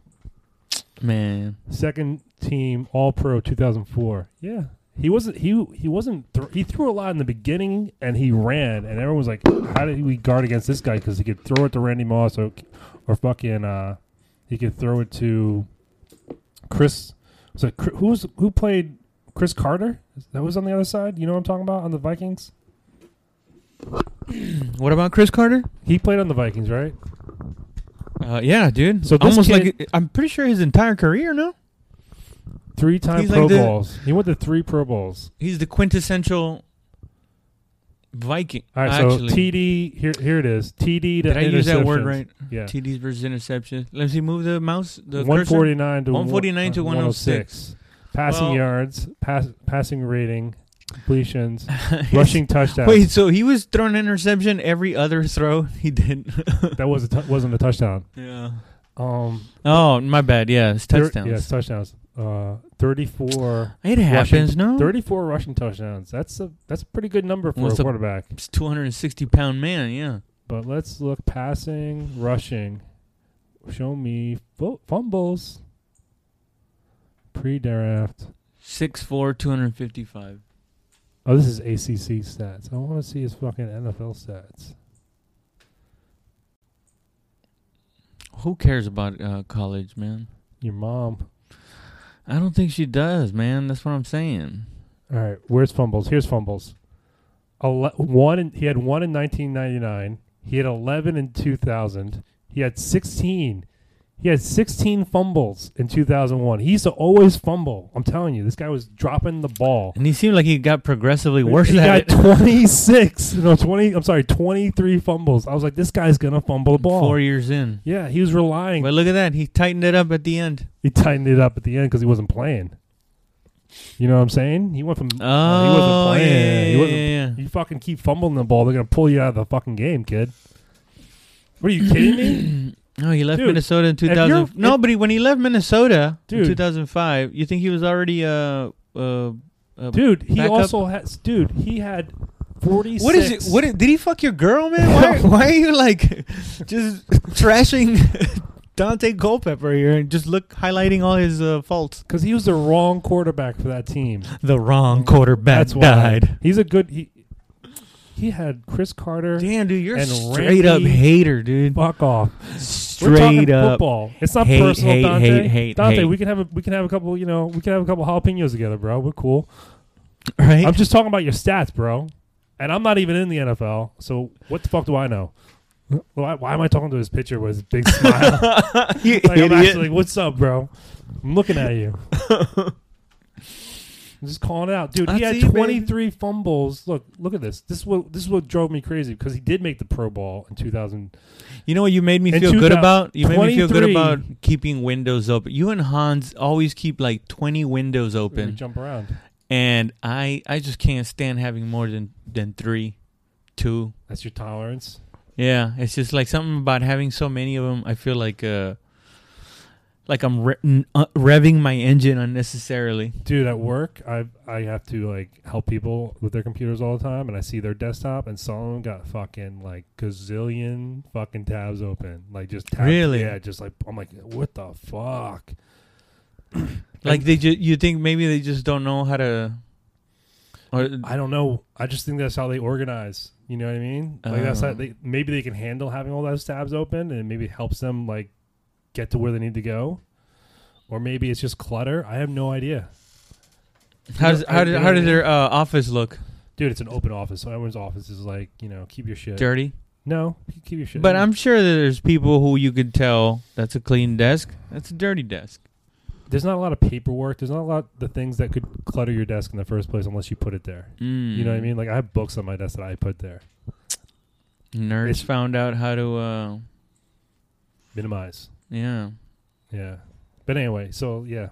man,
Second team All Pro 2004. Yeah, he wasn't. He he wasn't. Th- he threw a lot in the beginning, and he ran, and everyone was like, "How did we guard against this guy? Because he could throw it to Randy Moss, or, or fucking, uh, he could throw it to Chris. So Chri- who was who played Chris Carter? That was on the other side. You know what I'm talking about on the Vikings.
what about Chris Carter?
He played on the Vikings, right?
Uh, yeah, dude.
So this
almost
kid-
like I'm pretty sure his entire career. No,
Three time
He's
Pro
like the-
Bowls. He went to three Pro Bowls.
he's the quintessential Viking.
All right,
actually,
so TD here. Here it is. TD. To
did I use that word
interceptions.
right?
Yeah.
TDs versus interception. Let me move the mouse. The cursor.
149 to uh,
149 to
106. Passing
Well-
yards, pass, passing rating, completions, rushing touchdowns.
Wait, so he was throwing interception every other throw he did.
That was a t- wasn't a touchdown.
yeah.
Um,
Oh, my bad. Yeah, it's
thir-
touchdowns.
yes, touchdowns. Uh, 34,
It happens, no?
34 rushing touchdowns. That's a that's a pretty good number for
What's
a
the-
quarterback.
It's 260 pound man, yeah.
But let's look passing, rushing. Show me fu- fumbles. Pre-draft.
6'4, 255.
Oh, this is ACC stats. I want to see his fucking NFL stats.
Who cares about uh, college, man?
Your mom.
I don't think she does, man. That's what I'm saying.
All right, where's fumbles? Here's fumbles. Ele- one in, he had one in 1999. He had 11 in 2000. He had 16. He had 16 fumbles in 2001. He used to always fumble. I'm telling you, this guy was dropping the ball.
And he seemed like he got progressively worse
he
at
got
it.
26. No, 20. I'm sorry, 23 fumbles. I was like, this guy's gonna fumble the ball.
Four years in.
Yeah, he was relying.
But look at that. He tightened it up at the end.
he tightened it up at the end because he wasn't playing. You know what I'm saying? He went from
Oh,
Uh, he wasn't playing.
yeah,
he wasn't
yeah, yeah.
You fucking keep fumbling the ball, they're gonna pull you out of the fucking game, kid. What are you kidding me?
No, he left
Dude,
Minnesota in
you're-
2000. No,
if-
but he, when he left Minnesota
Dude.
in 2005, you think he was already uh uh, uh
Dude, he
Back up.
also has dude, he had forty
What is it? What is, did he fuck your girl, man? Why why are you like just trashing Dante Culpepper here and just look highlighting all his uh, faults?
because he was the wrong quarterback for that team.
The wrong quarterback
That's why he's a good he he had Chris Carter.
Damn, dude, you're a
And
straight up
Randy-
hater, dude.
Fuck off. We're
Straight
talking
up.
football. It's not
hate,
personal,
hate,
Dante.
hate, hate,
Dante,
hate.
we can have a we can have a couple, you know, we can have a couple jalapenos together, bro. We're cool.
Right?
I'm just talking about your stats, bro. And I'm not even in the NFL, so what the fuck do I know? Why, why am I talking to his picture with his big smile?
you
like, I'm
idiot.
actually like, what's up, bro? I'm looking at you. I'm just calling it out, dude.
I
he had
see you,
23 fumbles. Look, look at this. This is what this is what drove me crazy because he did make the Pro Bowl in 2000.
You know what you made me
In
feel good
2000
about? You made me feel good
23.
about keeping windows open. You and Hans always keep like 20 windows
We
open,
jump around.
and I I just can't stand having more than than 3, 2.
That's your tolerance.
Yeah, it's just like something about having so many of them. I feel like uh like I'm re- n- uh, revving my engine unnecessarily.
dude at work i i have to like help people with their computers all the time and i see their desktop and some of them got fucking like gazillion fucking tabs open like just tabs,
Really?
yeah just like i'm like what the fuck
Like they just you think maybe they just don't know how to or
i don't know i just think that's how they organize you know what i mean like that's how
Oh.
they maybe they can handle having all those tabs open and maybe it helps them like get to where they need to go or maybe it's just clutter i have no idea
how does,
I-
how, does,
I-
how does their uh, office look?
dude it's an open office so everyone's office is like you know keep your shit
Dirty?
no keep your shit
But
in.
I'm sure that there's people who you could tell that's a clean desk, that's a dirty desk.
there's not a lot of paperwork. There's not a lot of the things that could clutter your desk in the first place unless you put it there.
Mm.
You know what I mean? Like I have books on my desk that I put there.
Nerds
It's-
found out how to, uh,
Minimize.
yeah.
Yeah. But anyway, so yeah.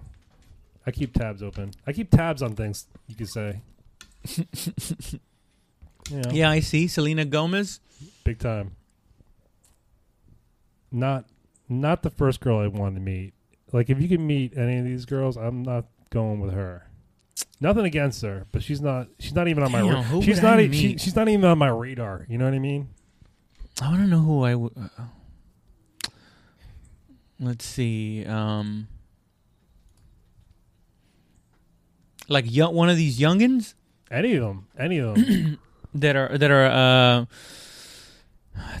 I keep tabs open. I keep tabs on things, you could say. you know,
Yeah, I see. Selena Gomez.
Big time. Not not the first girl I wanted to meet. Like if you can meet any of these girls, I'm not going with her. Nothing against her, but she's not she's not even on my
Damn,
ra-
who
she's
would
not
I
e- she-
meet?
she's not even on my radar. You know what I mean?
I want to know who I would. Uh, let's see. Um, like young, one of these youngins
Any of them, any of them.
that are that are uh,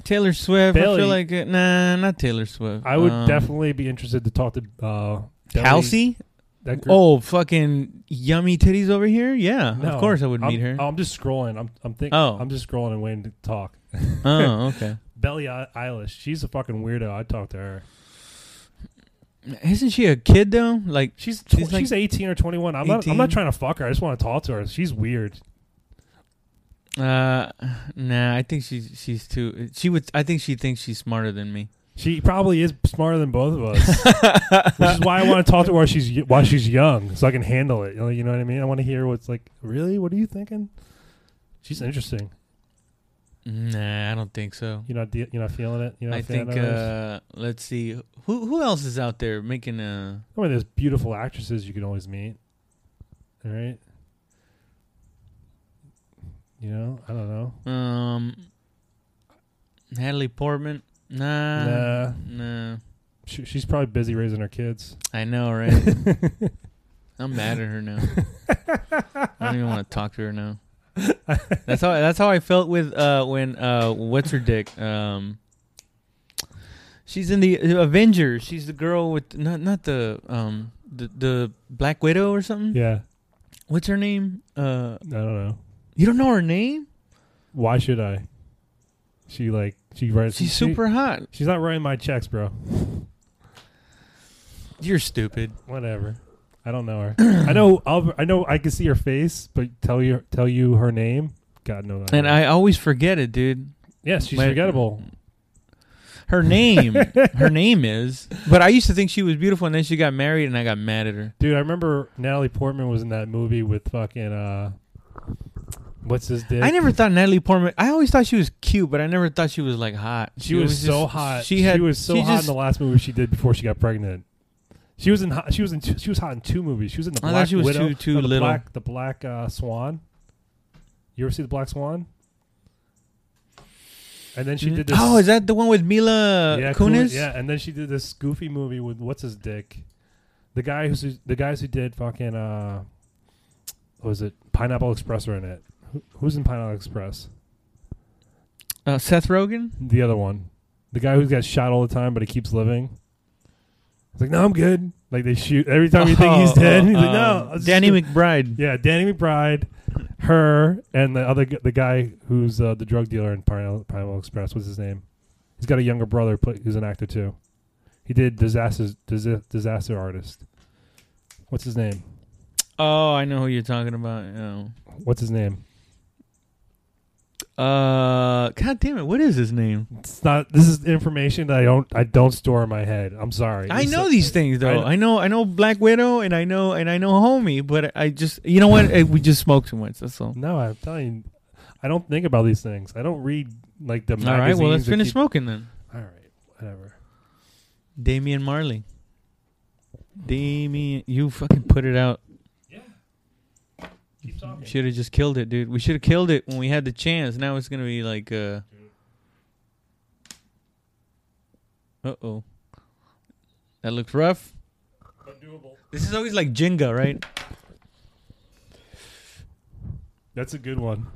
Taylor Swift. I
Billie.
feel like uh, nah, not Taylor Swift.
I would
Um,
definitely be interested to talk to uh Demi-
Halsey.
That girl.
Oh, fucking yummy titties over here. Yeah,
No,
of course I would
I'm,
meet her.
I'm just scrolling. I'm I'm thinking.
Oh.
I'm just scrolling and waiting to talk.
oh, okay.
Belly Eilish, she's a fucking weirdo. I'd talk to her.
Isn't she a kid though? Like,
She's tw- she's,
She's like-
18 or 21. I'm not I'm not
18?
trying to fuck her. I just want to talk to her. She's weird.
Uh, nah. I think she's she's too. She would. I think she thinks she's smarter than me.
She probably is smarter than both of us, which is why I want to talk to her while she's y- while she's young, so I can handle it. You know, you know what I mean? I want to hear what's like. Really, what are you thinking? She's interesting.
Nah, I don't think so.
You're not de- you're not feeling it. You're not
I
feeling
think. Uh, let's see. Who who else is out there making a?
I mean, there's beautiful actresses you can always meet. All right. You know, I don't know.
Um, Natalie Portman. Nah.
Nah.
Nah.
She, she's probably busy raising her kids.
I know, right? I'm mad at her now. I don't even want to talk to her now. That's how that's how I felt with uh when uh what's her dick um she's in the Avengers she's the girl with not not the um the the Black Widow or something
Yeah,
what's her name uh
I don't know.
you don't know her name
Why should I? She like she writes.
she's
she-
super hot
She's not writing my checks, bro.
you're stupid
Whatever. I don't know her. I know. I'll, I know. I can see her face, but tell you tell you her name. God no.
and I always forget it dude
yes, she's
Wait.
forgettable.
her name her name is but I used to think she was beautiful and then she got married and I got mad at her
Dude, I remember Natalie Portman was in that movie with fucking uh, what's his dick?
I never thought Natalie Portman. I always thought she was cute, but I never thought she was like hot.
She, was,
always
so
just-
hot.
She had.
She was so
she
hot
just-
in the last movie she did before she got pregnant. She was in. Hot, she was in. Two, she was hot in two movies. She was in the
I thought
Black
she was
Widow.
too- too
no, Oh, the
little.
Black, the Black uh, Swan. You ever see the Black Swan? And then she did this.
Oh, is that the one with Mila
yeah,
Kunis?
Kunis, Yeah, and then she did this goofy movie with what's his dick, the guy who's the guys who did fucking uh, what was it Pineapple Express are in it. Who, who's in Pineapple Express?
Uh, Seth Rogen.
The other one. The guy who gets shot all the time, but he keeps living. He's like, no, I'm good. Like they shoot every time you think he's
Oh,
dead. he's like,
um,
no, I was
Danny
just-
McBride.
Yeah, Danny McBride, her, and the other gu- the guy who's uh, the drug dealer in Pineapple, Pineapple Express. What's his name? He's got a younger brother who play- who's an actor too. He did disaster dis- disaster artist. What's his name?
Oh, I know who you're talking about. Oh.
What's his name?
Uh, God damn it! What is his name?
It's not. This is information that I don't I don't store in my head. I'm sorry.
I
It's
know
like-
these things though. I know, I know Black Widow, and I know, and I know Homie, but I just, you know what? Eh, we just smoke too much. That's all.
No, I'm telling you, I don't think about these things. I don't read like the.
All right. Well, let's
magazines that
finish
keep-
smoking then.
All right, whatever.
Damian Marley. Damian, you fucking put it out.
Keep talking.
Should have just killed it, dude. We should have killed it when we had the chance. Now it's gonna be like, uh oh, that looks rough. This is always like Jenga, right?
That's a good one.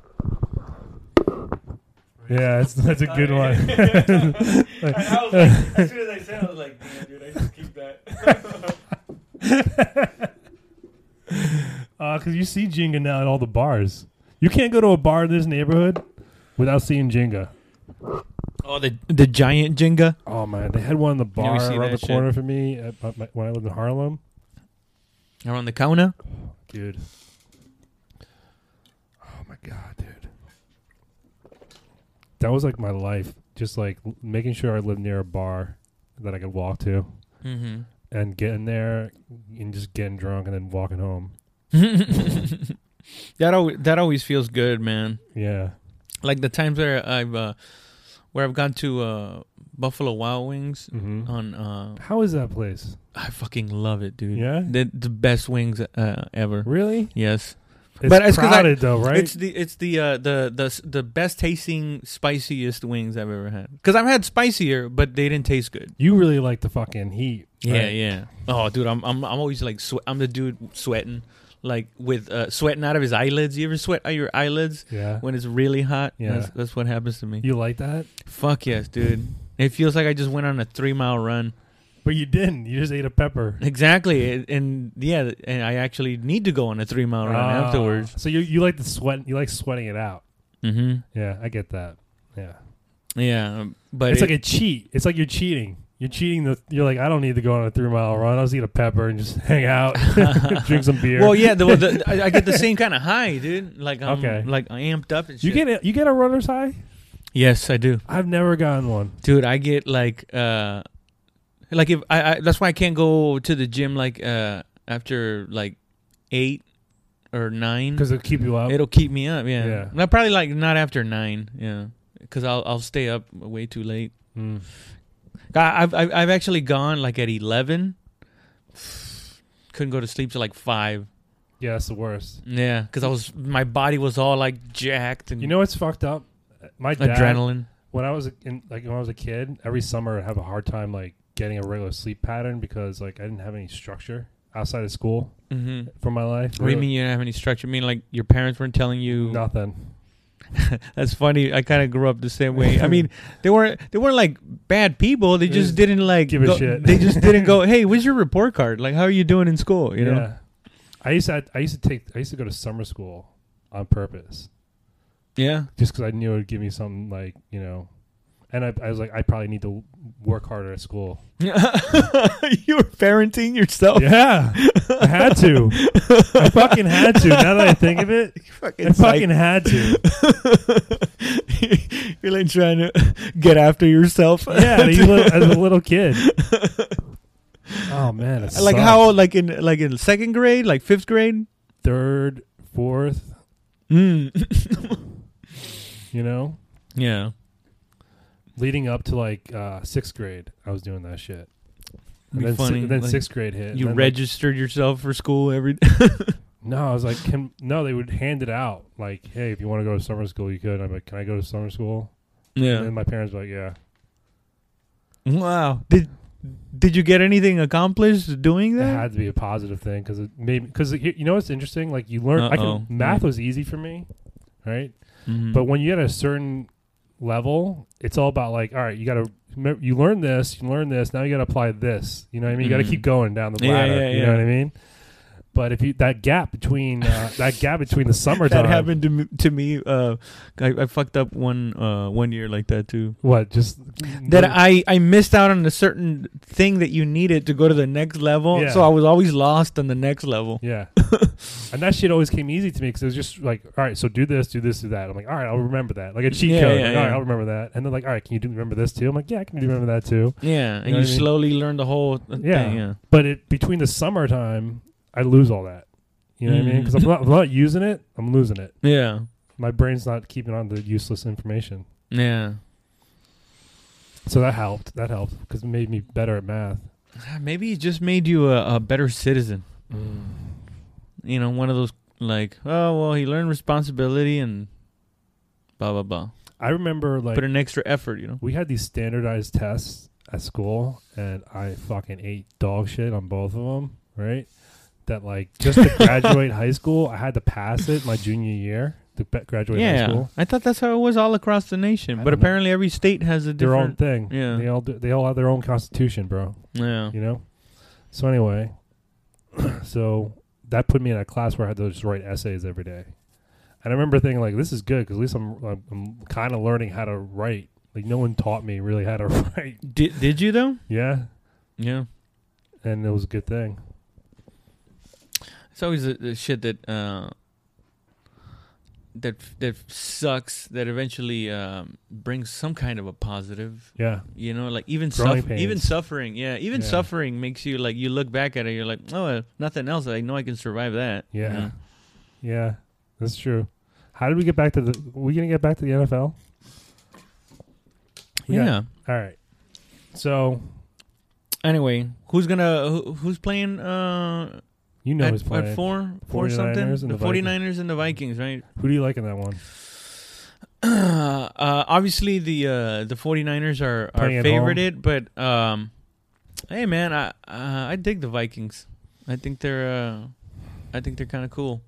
Yeah, that's, that's a good one.
I was like, as soon as I said, I was like, damn, dude, I just keep that.
Because Uh, you see Jenga now at all the bars. You can't go to a bar in this neighborhood without seeing Jenga.
oh, the the giant Jenga.
Oh, man. They had one in the
we
bar
see
around the
that shit?
corner for me at, at my, when I lived in Harlem.
Around the counter.
Dude. Oh, my God, dude. That was like my life. Just like l- making sure I lived near a bar that I could walk to
Mm-hmm.
and getting there and just getting drunk and then walking home.
that always, that always feels good, man.
Yeah.
Like the times where I've uh, where I've gone to uh, Buffalo Wild Wings
Mm-hmm.
on uh,
How is that place?
I fucking love it, dude.
Yeah?
the, the best wings uh, ever.
Really?
Yes,
It's
But it's 'cause I-
crowded though, right?
it's the it's the uh, the the s- the best tasting spiciest wings I've ever had. Because I've had spicier, but they didn't taste good.
you really like the fucking heat.
Yeah,
right?
yeah. Oh, dude, I'm I'm I'm always like swe- I'm the dude sweating like with uh, sweating out of his eyelids. You ever sweat out your eyelids
yeah.
when it's really hot?
Yeah.
that's, that's what happens to me.
You like that,
Fuck yes, dude. It feels like I just went on a three mile run.
but you didn't. You just ate a pepper.
Exactly, and, and yeah, and I actually need to go on a three mile run
Ah,
afterwards.
So you you like the sweat. You like sweating it out.
hmm
Yeah, I get that. Yeah,
Yeah, um, but it-
it's like a cheat. It's like you're cheating. You're cheating. The you're like I don't need to go on a three mile run. I'll just eat a pepper and just hang out, drink some beer.
Well, yeah, the, well, the, I, I get the same kind of high, dude. Like I'm
Okay.
like amped up and shit.
you get a, you get a runner's high.
yes, I do,
I've never gotten one.
dude. I get like uh, like if I, I that's why I can't go to the gym like uh after like eight or nine
because it'll keep you up.
Mm. It'll keep me up, yeah.
Yeah.
No, probably like not after nine, yeah, because I'll I'll stay up way too late.
Mm.
I- I've I've, I've actually gone like at eleven, couldn't go to sleep till like five.
Yeah, that's the worst.
Yeah, because I was my body was all like jacked and
You know what's fucked up? My dad,
Mm. adrenaline.
when I was a- in, like when I was a kid, every summer I'd have a hard time like getting a regular sleep pattern because like I didn't have any structure outside of school
Mm-hmm.
for my life.
What do you mean you didn't have any structure? I mean, like your parents weren't telling you.
Nothing.
That's funny. I kind of grew up the same way. I mean, they weren't they weren't like bad people. They
They
just
just
didn't like
give a
go-
shit.
They just didn't go. Hey, what's your report card? Like, how are you doing in school? You know.
Yeah. I used to I used to take I used to go to summer school on purpose
Yeah.
just because I knew it would give me something like you know, and I, I was like I probably need to work harder at school.
you were parenting yourself.
Yeah, I had to. I fucking had to. Now that I think of it,
Fucking
I fucking had to.
psych. You're like trying to get after yourself.
Yeah, you li- as a little kid. Oh man, it
like
sucks.
how old? Like in like in second grade, like fifth grade. Hmm.
third, fourth, you know,
Yeah.
leading up to like uh, sixth grade, I was doing that shit. And
Be
then, si-
funny,
then
like,
sixth grade hit. and
You
then, like,
registered yourself for school every.
no, I was like, can no? They would hand it out like, hey, if you want to go to summer school, you could. I'm like, can I go to summer school? And then my parents were like, yeah.
Wow. Did did you get anything accomplished doing
It
that?
had to be a positive thing because it made because you know what's interesting? Like you learn, I
Uh-oh.
can math was easy for me, right?
Mhm.
But when you get at a certain level, it's all about like, all right, you got to you learn this, you learn this, now you got to apply this. You know what I mean? You got to
Mhm.
keep going down the
Yeah,
ladder.
yeah,
you
yeah.
know what I mean? But if you that gap between uh, that gap between the summertime,
that happened to me. To me uh, I, I fucked up one uh, one year like that too.
what just
that I, I missed out on a certain thing that you needed to go to the next level.
Yeah.
So I was always lost on the next level.
yeah, and that shit always came easy to me because it was just like, all right, so do this, do this, do that. I'm like, all right, I'll remember that. Like a cheat
Yeah,
code.
yeah,
like, All right,
yeah.
I'll remember that. And then like, all right, can you do remember this too? I'm like, yeah, I can remember that too.
Yeah, and
You know
you,
what I mean?
slowly learn the whole uh,
Yeah.
thing. Yeah,
but it between the summertime, I lose all that. You know what I mean?
Mm.
Because I'm not, I'm not using it, I'm losing it.
yeah,
My brain's not keeping on the useless information.
yeah.
So that helped. That helped because it made me better at math.
Ah, Maybe it just made you a, a better citizen. Mm. You know, one of those like, oh well, he learned responsibility and blah blah blah.
I remember like
Put an extra effort. You know.
we had these standardized tests at school, and I fucking ate dog shit on both of them. Right? That like just to graduate high school, I had to pass it my junior year to be- graduate high
Yeah,
school.
I thought that's how it was all across the nation,
I
but
don't know.
apparently every state has a
Their own
different.
thing.
Yeah.
They all do, they all have their own constitution, bro.
yeah.
you know. So anyway, so that put me in a class where I had to just write essays every day, and I remember thinking like, "This is good because at least I'm I'm, I'm kind of learning how to write." Like no one taught me really how to write.
Did did you though?
Yeah,
Yeah.
and it was a good thing.
It's always the, the shit that uh, that that sucks that eventually um, brings some kind of a positive.
Yeah,
You know, like even
Growing
suff- even
pains.
suffering, yeah, even
Yeah.
suffering makes you like you look back at it, you're like, oh, uh, nothing else. I know I can survive that. you
Yeah.
know?
yeah, that's true. How did we get back to the? we gonna get back to the NFL? We
yeah.
got- all right. So
Anyway, who's gonna who, who's playing? Uh,
you know
at,
who's playing.
at four, four
49ers
something.
and
The
the
49ers and the Vikings, right?
Who do you like in that one?
uh, obviously the uh, the 49ers are are
Playing at
favorited, but um, hey man, I uh, I dig the Vikings. I think they're uh, I think they're kind of cool.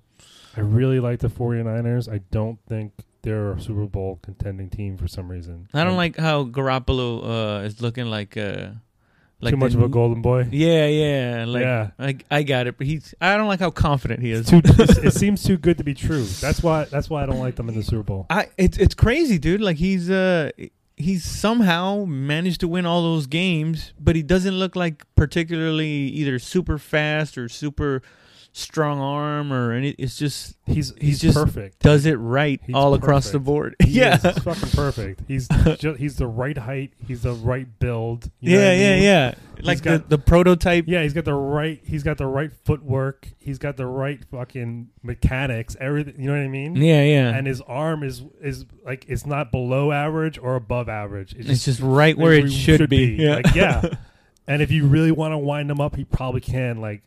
I really like the 49ers. I don't think they're a Super Bowl contending team for some reason.
I don't like how Garoppolo uh, is looking like uh, like
too much
the-
of a golden boy.
Yeah, yeah, like
yeah.
like I got it. But he's I don't like how confident he is.
It's too, it's- it seems too good to be true. That's why that's why I don't like them in the Super Bowl.
I it's it's crazy, dude. Like he's uh he somehow managed to win all those games, but he doesn't look like particularly either super fast or super strong arm or any. It's just
He's he's,
He's just-
perfect.
does it right
He's
all across the
perfect.
board.
He
yeah,
is fucking perfect. He's ju- he's the right height. He's the right build. you know what
yeah,
I
yeah,
mean?
yeah. Like
got-
the the prototype.
Yeah, he's got the right. He's got the right footwork. He's got the right fucking mechanics. Everything. You know what I mean?
Yeah, yeah.
And his arm is is like it's not below average or above average. It's
it's just
just
right where it should, be. Yeah.
Like, yeah. and if you really want to wind him up, he probably can like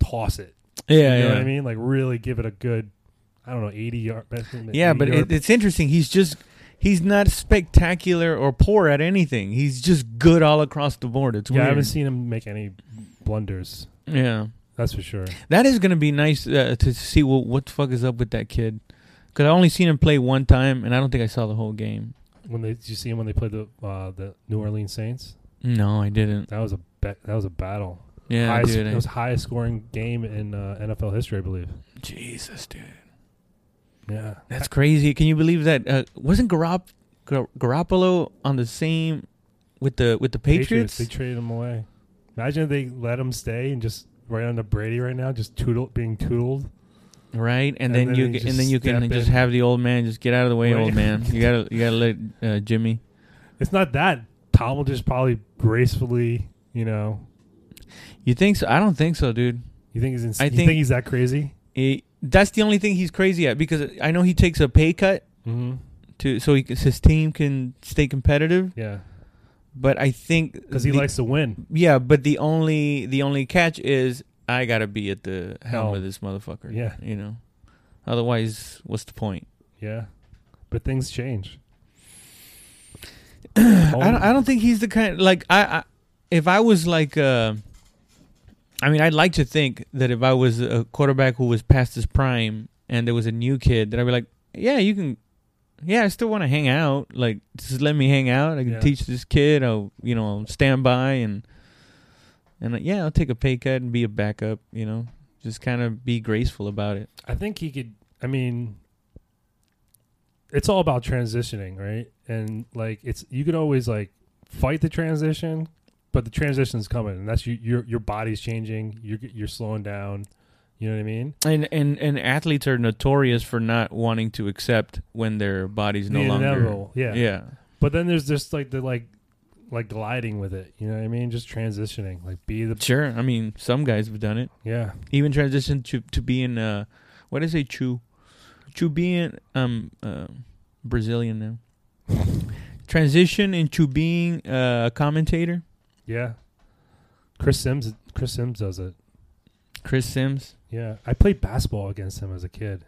toss it.
yeah,
you know
yeah.
what I mean? Like really give it a good. I don't know, eighty yard.
Yeah, but it, it's interesting. He's just he's not spectacular or poor at anything. He's just good all across the board. It's
yeah,
weird.
I haven't seen him make any blunders.
yeah,
That's for sure.
that is gonna be nice uh, to see what what the fuck is up with that kid. Cause I only seen him play one time, and I don't think I saw the whole game.
When they did you see him when they played the uh, the New Orleans Saints,
No, I didn't.
that was a ba- that was a battle.
Yeah,
highest,
dude. eh.
it
I-
was highest scoring game in uh, NFL history, I believe.
Jesus, dude,
Yeah,
that's crazy. Can you believe that? Uh, wasn't Garop, Gar- Garoppolo on the same with the with the Patriots?
They traded him away. Imagine if they let him stay and just right under Brady right now, just tootled, being tootled.
Right, and,
And
then,
then
you
they
get,
just
and then you can
step
just
in.
have the old man just get out of the way,
Right.
old man. You gotta you gotta let uh, Jimmy.
It's not that Tom will just probably gracefully, you know.
You think so? I don't think so, dude.
You think he's ins-
I
you
think-
think he's that crazy?
He- that's the only thing he's crazy at because I know he takes a pay cut
Mm-hmm.
to so he, can- his team can stay competitive.
Yeah,
But I think
because he
the-
likes to win.
yeah. But the only the only catch is I gotta be at the helm
Helm.
of this motherfucker.
Oh. Yeah.
you know. Otherwise, what's the point?
Yeah, but things change.
I don't, I don't think he's the kind like I, I if I was like uh I mean I'd like to think that if I was a quarterback who was past his prime and there was a new kid that I'd be like yeah you can yeah I still want to hang out like just let me hang out I can
Yeah.
teach this kid I'll you know I'll stand by and and uh, yeah I'll take a pay cut and be a backup you know just kind of be graceful about it
I think he could. I mean, it's all about transitioning, right? And like, it's you could always like fight the transition, but the transition's coming, and that's you, your your body's changing. You're you're slowing down. You know what I mean?
and and and athletes are notorious for not wanting to accept when their body's no
The
longer
inevitable, Yeah.
yeah
But then there's just like the like like gliding with it. You know what I mean? Just transitioning, like be the
Sure. I mean, some guys have done it.
yeah.
Even transitioned to to being uh, what is a chu, to being um uh, Brazilian now. Transition into being uh, a commentator.
Yeah. Chris Sims. Chris Sims does it.
Chris Sims.
Yeah, I played basketball against him as a kid.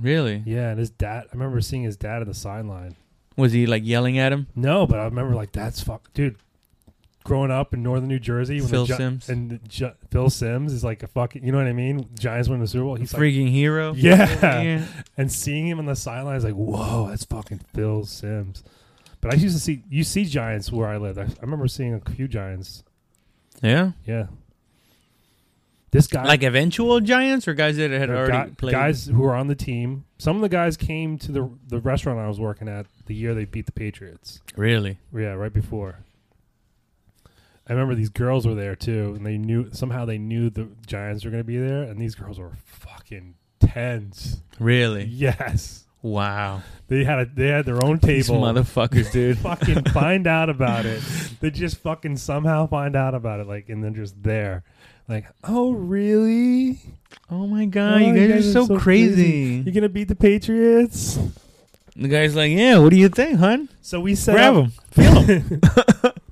Really?
Yeah, and his dad. I remember seeing his dad at the sideline.
Was he like yelling at him?
No, but I remember like that's fuck, dude. Growing up in northern New Jersey, when
Phil
the Gi-
Sims.
and the Gi- Phil Sims is like a fucking, you know what I mean? Giants win the Super Bowl. He's like,
Freaking hero.
Yeah.
yeah.
and seeing him on the sideline is like, whoa, that's fucking Phil Sims. But I used to see you see Giants where I lived. I, I remember seeing a few Giants.
Yeah.
Yeah, this guy
Like eventual giants or guys that had
Or
already
guy-
played.
guys who were on the team. Some of the guys came to the the restaurant I was working at the year they beat the Patriots.
Really?
Yeah, right before. I remember these girls were there too, and they knew somehow they knew the Giants were going to be there, and these girls were fucking tense.
Really?
Yes,
Wow.
they had a, they had their own
These
table.
motherfuckers, dude.
fucking find out about it. They just fucking somehow find out about it, like, and then just there, like, oh really?
oh my god,
Oh,
you guys, are so, crazy.
You're gonna beat the Patriots?
The guy's like, "Yeah, what do you think, hun?
So we set
Grab
up-
him, feel him.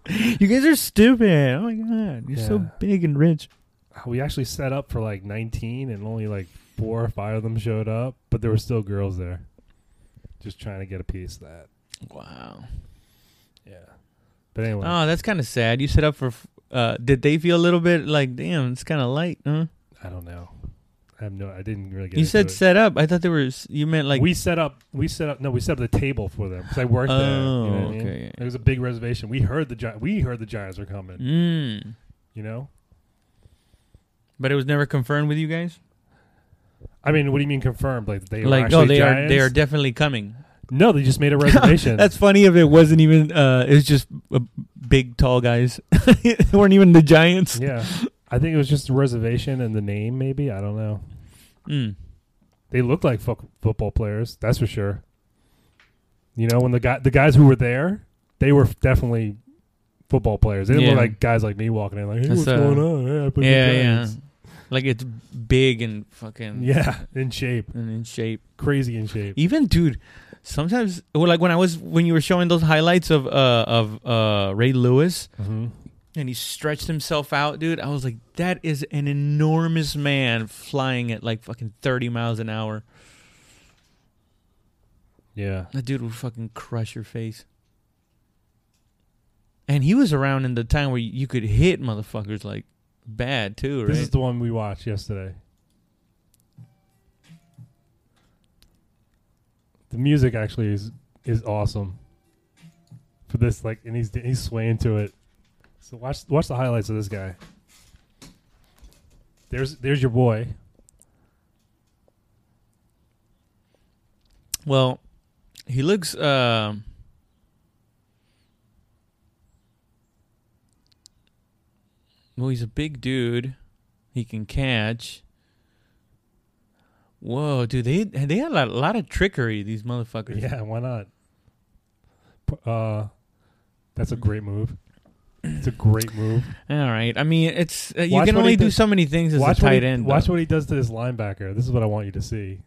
you guys are stupid. Oh my god, you're so
Yeah.
big and rich.
Ah, we actually set up for like 19 and only like four or five of them showed up but there were still girls there just trying to get a piece of that
Wow.
yeah but anyway
Oh, that's kind of sad. You set up for. f- Uh, did they feel a little bit like, damn, it's kind of light, huh?
i don't know i have no i didn't really get
You
into
said
it.
set up. I thought they were. s- You meant like.
we set up we set up no we set up the table for them because i worked there you know
Oh,
what I mean?
okay.
it was a big reservation we heard the Gi- we heard the giants were coming
Mm.
you know
But it was never confirmed with you guys.
i mean what do you mean confirmed like they were
like,
actually
oh, they are. They
Giants?
are definitely coming.
No, they just made a reservation.
That's funny if it wasn't even. Uh, it was just uh, big, tall guys. they weren't even the Giants.
yeah. I think it was just a reservation and the name, maybe. I don't know.
Mm.
They look like fo- football players. That's for sure. You know, when the guy, the guys who were there, they were definitely football players. They didn't look
Yeah.
like guys like me walking in, like, hey,
That's,
what's
uh,
going on? Hey, I play for
Yeah,
the
yeah.
Giants."
Like it's big and fucking
Yeah, in shape,
and in shape.
crazy in shape.
Even dude, sometimes well, like when I was when you were showing those highlights of uh of uh Ray Lewis
Mm-hmm.
and he stretched himself out, dude. I was like, that is an enormous man flying at like fucking thirty miles an hour.
Yeah.
That dude would fucking crush your face. And he was around in the time where you could hit motherfuckers like bad too, right?
This is the one we watched yesterday. The music actually is is awesome for this. Like, and he's he's swaying to it. So watch watch the highlights of this guy. There's there's your boy.
well, he looks. um well, he's a big dude. He can catch. Whoa, dude! They they had a lot, a lot of trickery. These motherfuckers.
Yeah, why not? P- Uh, that's a great move. It's a great move.
All right. I mean, it's uh, you
Watch
can
what he
only do
does-
so many things as a
what
tight
he,
end.
Watch
though.
what he does to this linebacker. This is what I want you to see.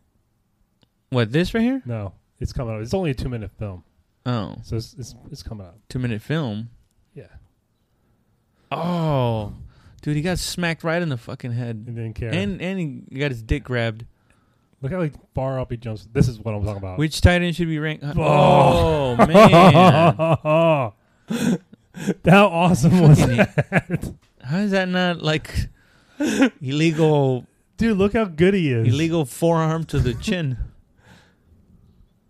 what this right here?
No, it's coming up. It's only a two minute film,
Oh,
so it's it's, it's coming up.
two minute film.
Yeah,
Oh, dude, he got smacked right in the fucking head,
and didn't care.
and and he got his dick grabbed.
Look how like far up he jumps. This is what I'm talking about.
Which tight end should be ranked?
Oh.
Oh, man,
how awesome was
Fucking
that,
how is that not like illegal
dude? Look how good he is.
illegal forearm to the chin?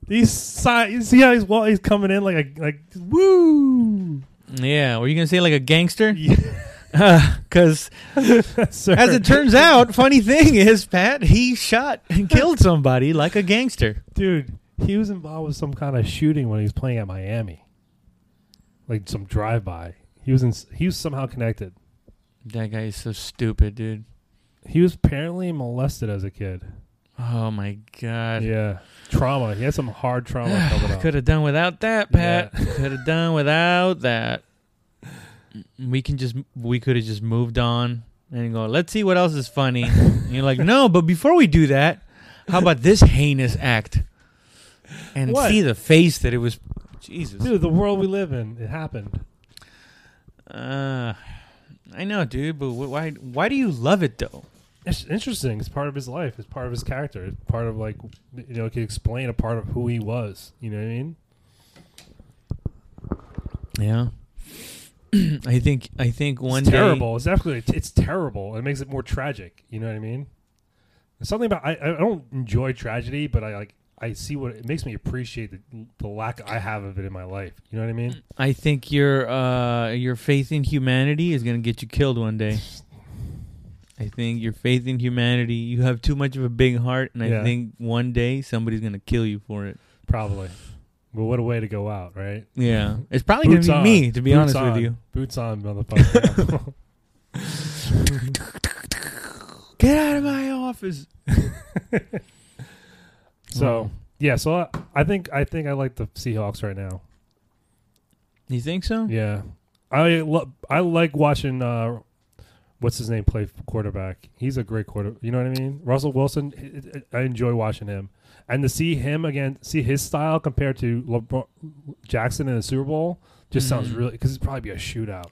He's si- you see how he's wa- he's coming in like a like woo.
Yeah, were you gonna say like a gangster?
Yeah,
Because
sir.
as it turns out, funny thing is, Pat, he shot and killed somebody like a gangster.
dude, he was involved with some kind of shooting when he was playing at Miami, like some drive by. He was in, he was somehow connected.
That guy is so stupid, dude.
He was apparently molested as a kid.
Oh my god.
Yeah, trauma. He had some hard trauma coming up.
Could have done without that, Pat.
Yeah.
could have done without that. Mm, We can just we could have just moved on and go. Let's see what else is funny. and you're like, no, but before we do that, how about this heinous act? And
What?
see the face that it was. Jesus.
Dude, the world we live in, it happened.
Uh, I know, dude, but wh- why? Why do you love it though?
It's interesting. It's part of his life. It's part of his character. It's part of like, you know, it could explain a part of who he was. You know what I mean?
Yeah. I think I think one
it's
day.
terrible. It's absolutely. It's terrible. It makes it more tragic. You know what I mean? There's something about I, I don't enjoy tragedy, but I like I see what it makes me appreciate the, the lack I have of it in my life. You know what I mean?
I think your uh your faith in humanity is gonna get you killed one day. I think your faith in humanity, you have too much of a big heart, and I
Yeah.
think one day somebody's gonna kill you for it.
Probably. But what a way to go out, right?
Yeah, it's probably
Boots
gonna
on.
be me, to be
Boots
honest
on.
with you.
Boots on, motherfucker.
Get out of my office.
so yeah, so I, I think I think I like the Seahawks right now.
you think so?
Yeah, I lo- I like watching. Uh, what's his name play quarterback? He's a great quarter. You know what I mean? Russell Wilson. h- h- I enjoy watching him, and to see him again, see his style compared to LeBron Jackson in the Super Bowl, just sounds
Mhm.
really because it'd probably be a shootout.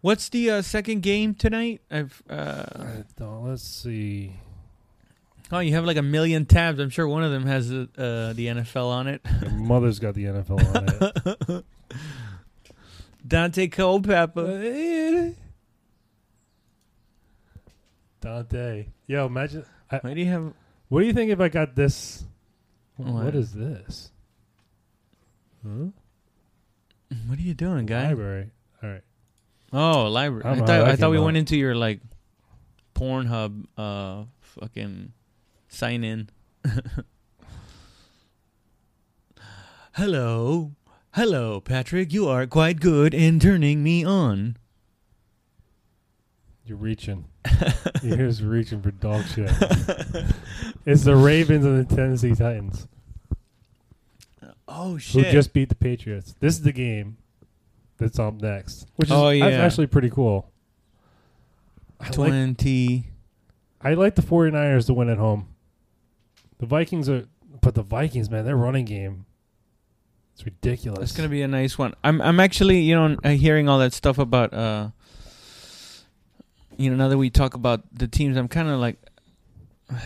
What's the uh, second game tonight? I've uh,
Uh, let's see.
oh, you have like a million tabs. I'm sure one of them has uh, uh, the NFL on it.
Your mother's got the NFL on it.
Dante Culpepper.
Dante, yo, imagine.
Why do you have
What do you think if I got this? what
What?
is this? Huh?
What are you doing, guy?
Library. All right.
Oh, library.
I
I,
don't know how
thought
that
I thought we
came
went
out.
into your like Pornhub uh fucking sign in.
Hello, hello, Patrick. You are quite good in turning me on.
You're reaching. You're just reaching for dog shit. it's the Ravens and the Tennessee Titans
Oh shit!
who just beat the Patriots. This is the game that's up next, which is
Oh, yeah.
that's actually pretty cool. I like,
Twenty.
I like the 49ers to win at home. The Vikings are, but the Vikings, man, their running game, it's ridiculous.
That's gonna be a nice one. I'm I'm actually you know uh, hearing all that stuff about uh, you know now that we talk about the teams, I'm kind of like,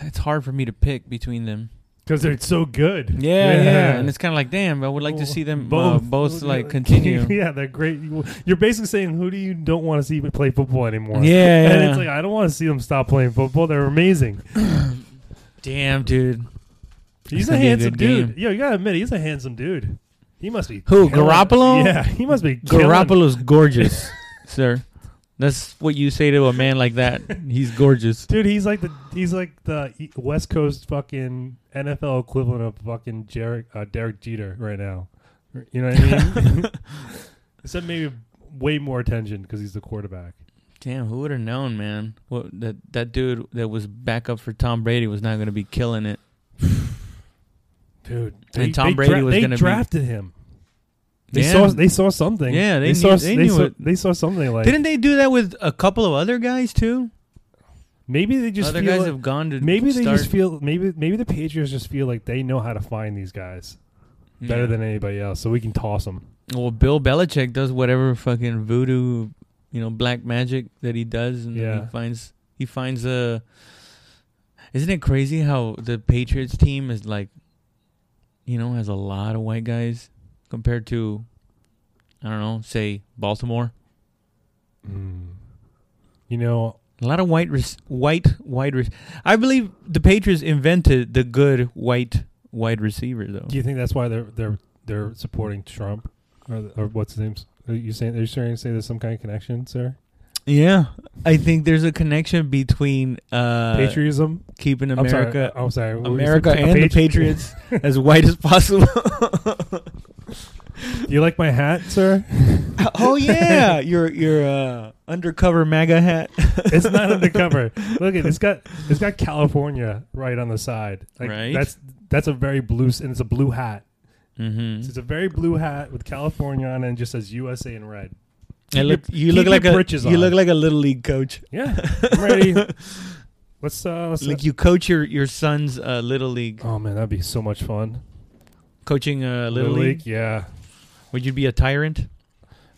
it's hard for me to pick between them.
because they're so good.
Yeah, yeah, and it's kind of like, damn, I would like to see them both, uh, both like continue.
yeah, they're great. You- You're basically saying who do you don't want to see play football anymore? and
yeah.
it's like I don't want to see them stop playing football. They're amazing.
damn, dude.
He's
It's
a
gonna be a
handsome
good
dude.
game.
Yo, you gotta admit, he's a handsome dude. He must be
Who,
killing-
Garoppolo?
Yeah, he must be killing-
Garoppolo's gorgeous, sir. That's what you say to a man like that. He's gorgeous.
Dude, he's like the he's like the E- West Coast fucking NFL equivalent of fucking Derek uh, Derek Jeter right now. You know what I mean? Except maybe way more attention because he's the quarterback.
Damn, who would have known, man? What that that dude that was backup for Tom Brady was not gonna be killing it.
Dude,
Tom Brady was
they
gonna be-
drafted him. They
Yeah.
saw they saw something.
Yeah, they
saw
knew- they knew
saw,
it.
They saw something like
Didn't they do that with a couple of other guys too?
maybe they just
other
feel
guys
like-
have gone to
maybe they
start,
just feel maybe maybe the Patriots just feel like they know how to find these guys better
Yeah.
than anybody else, so we can toss them.
well, Bill Belichick does whatever fucking voodoo, you know, black magic that he does, and then
Yeah.
he finds he finds a. Isn't it crazy how the Patriots team is like, you know, has a lot of white guys compared to, I don't know, say Baltimore. Mm.
You know,
A lot of white, res- white, wide. Res- I believe the Patriots invented the good white wide receiver, though.
do you think that's why they're they're they're supporting Trump or, the- or what's his name's? Are you saying are you trying to say there's some kind of connection, sir?
Yeah, I think there's a connection between uh,
Patriotism.
keeping
I'm sorry. uh, Oh,
America,
I'm sorry. What were you
America,
saying?
and the
Patri-
Patriots as white as possible.
Do you like my hat, sir?
oh yeah, your your uh, undercover MAGA hat.
it's not undercover. Look at it's got it's got California right on the side. Like,
Right.
That's that's a very blue s- and it's a blue hat. So
Mm-hmm.
It's a very blue hat with California on it and just says USA in red.
I look,
your-
you
keep
look
your
like a
britches
you
on.
look like a little league coach.
Yeah, I'm ready. let's uh, let's
Like you coach your your son's uh, little league,
Oh man, that'd be so much fun.
coaching uh, little, league.
yeah.
Would you be a tyrant?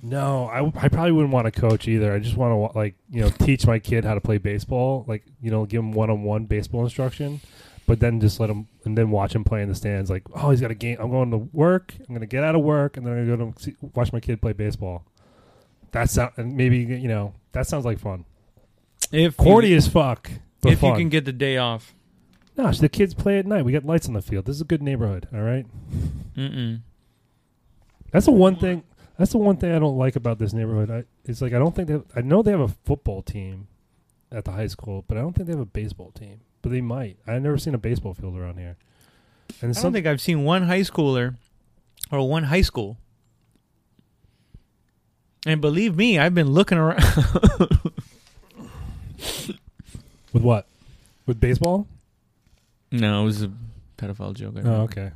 No, I, I probably wouldn't want to coach either. I just want to like you know teach my kid how to play baseball, like you know give him one on one baseball instruction, but then just let him and then watch him play in the stands. Like oh he's got a game. I'm going to work. I'm gonna get out of work and then I'm gonna go to see, watch my kid play baseball. That sound and maybe you know that sounds like fun.
If
Corny as fuck. But
if
fun.
you can get the day off.
No, the kids play at night. We got lights on the field. This is a good neighborhood. All right.
Mm-mm.
That's the one thing. That's the one thing I don't like about this neighborhood. I, it's like I don't think that I know they have a football team at the high school, but I don't think they have a baseball team. But they might. I've never seen a baseball field around here. And
I don't
some,
think I've seen one high schooler or one high school. And believe me, I've been looking around.
with what? With baseball?
No, it was a pedophile joke. I
Oh,
remember.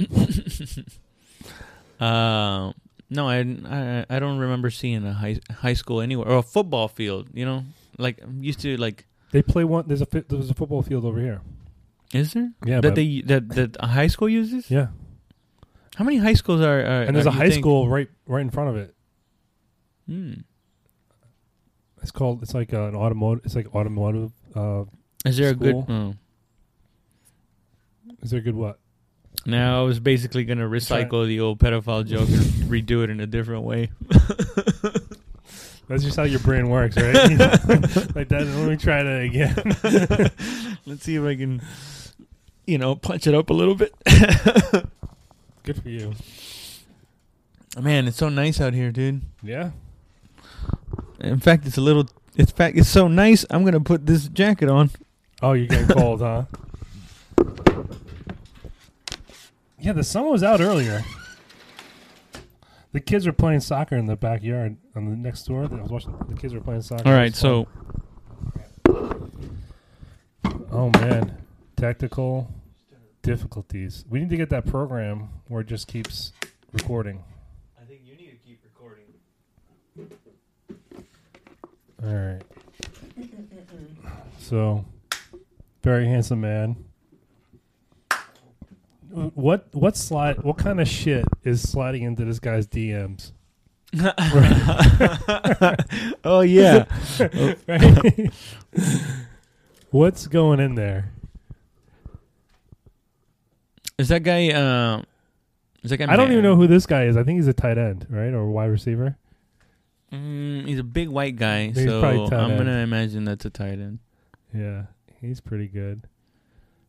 okay.
Uh, no, I, I I don't remember seeing a high high school anywhere or a football field. You know, like I'm used to like.
They play one. There's a fi- there's a football field over here.
Is there
Yeah,
that
but,
they that that a high school uses?
yeah.
How many high schools are? are
And
are
there's a
uh, you
high
think-
school right right in front of it.
Hmm.
It's called. It's like uh, an automotive. It's like automotive. Uh,
Is there a
School.
good? Oh.
is there a good what?
Now I was basically gonna
Sorry.
recycle the old pedophile joke and redo it in a different way.
That's just how your brain works, right? like that. Let me try that again.
Let's see if I can, you know, punch it up a little bit.
Good for you.
Man, it's so nice out here, dude.
Yeah.
In fact, it's a little. It's fact. It's so nice. I'm gonna put this jacket on.
Oh, you're getting cold, huh? Yeah, the sun was out earlier. The kids were playing soccer in the backyard on the next door. I was watching. The kids were playing soccer.
All
It
right,
was fun.
so
Oh man, technical difficulties. We need to get that program where it just keeps recording.
I think you need to keep recording.
All right. So, very handsome man. What what slide? What kind of shit is sliding into this guy's DMs?
oh yeah.
Right? What's going in there?
Is that guy? Uh, is that guy?
I don't
Ma-
even know who this guy is. I think he's a tight end, right, or wide receiver.
Mm, he's a big white guy,
He's
so
probably tight
I'm
end.
gonna imagine that's a tight end.
Yeah, he's pretty good.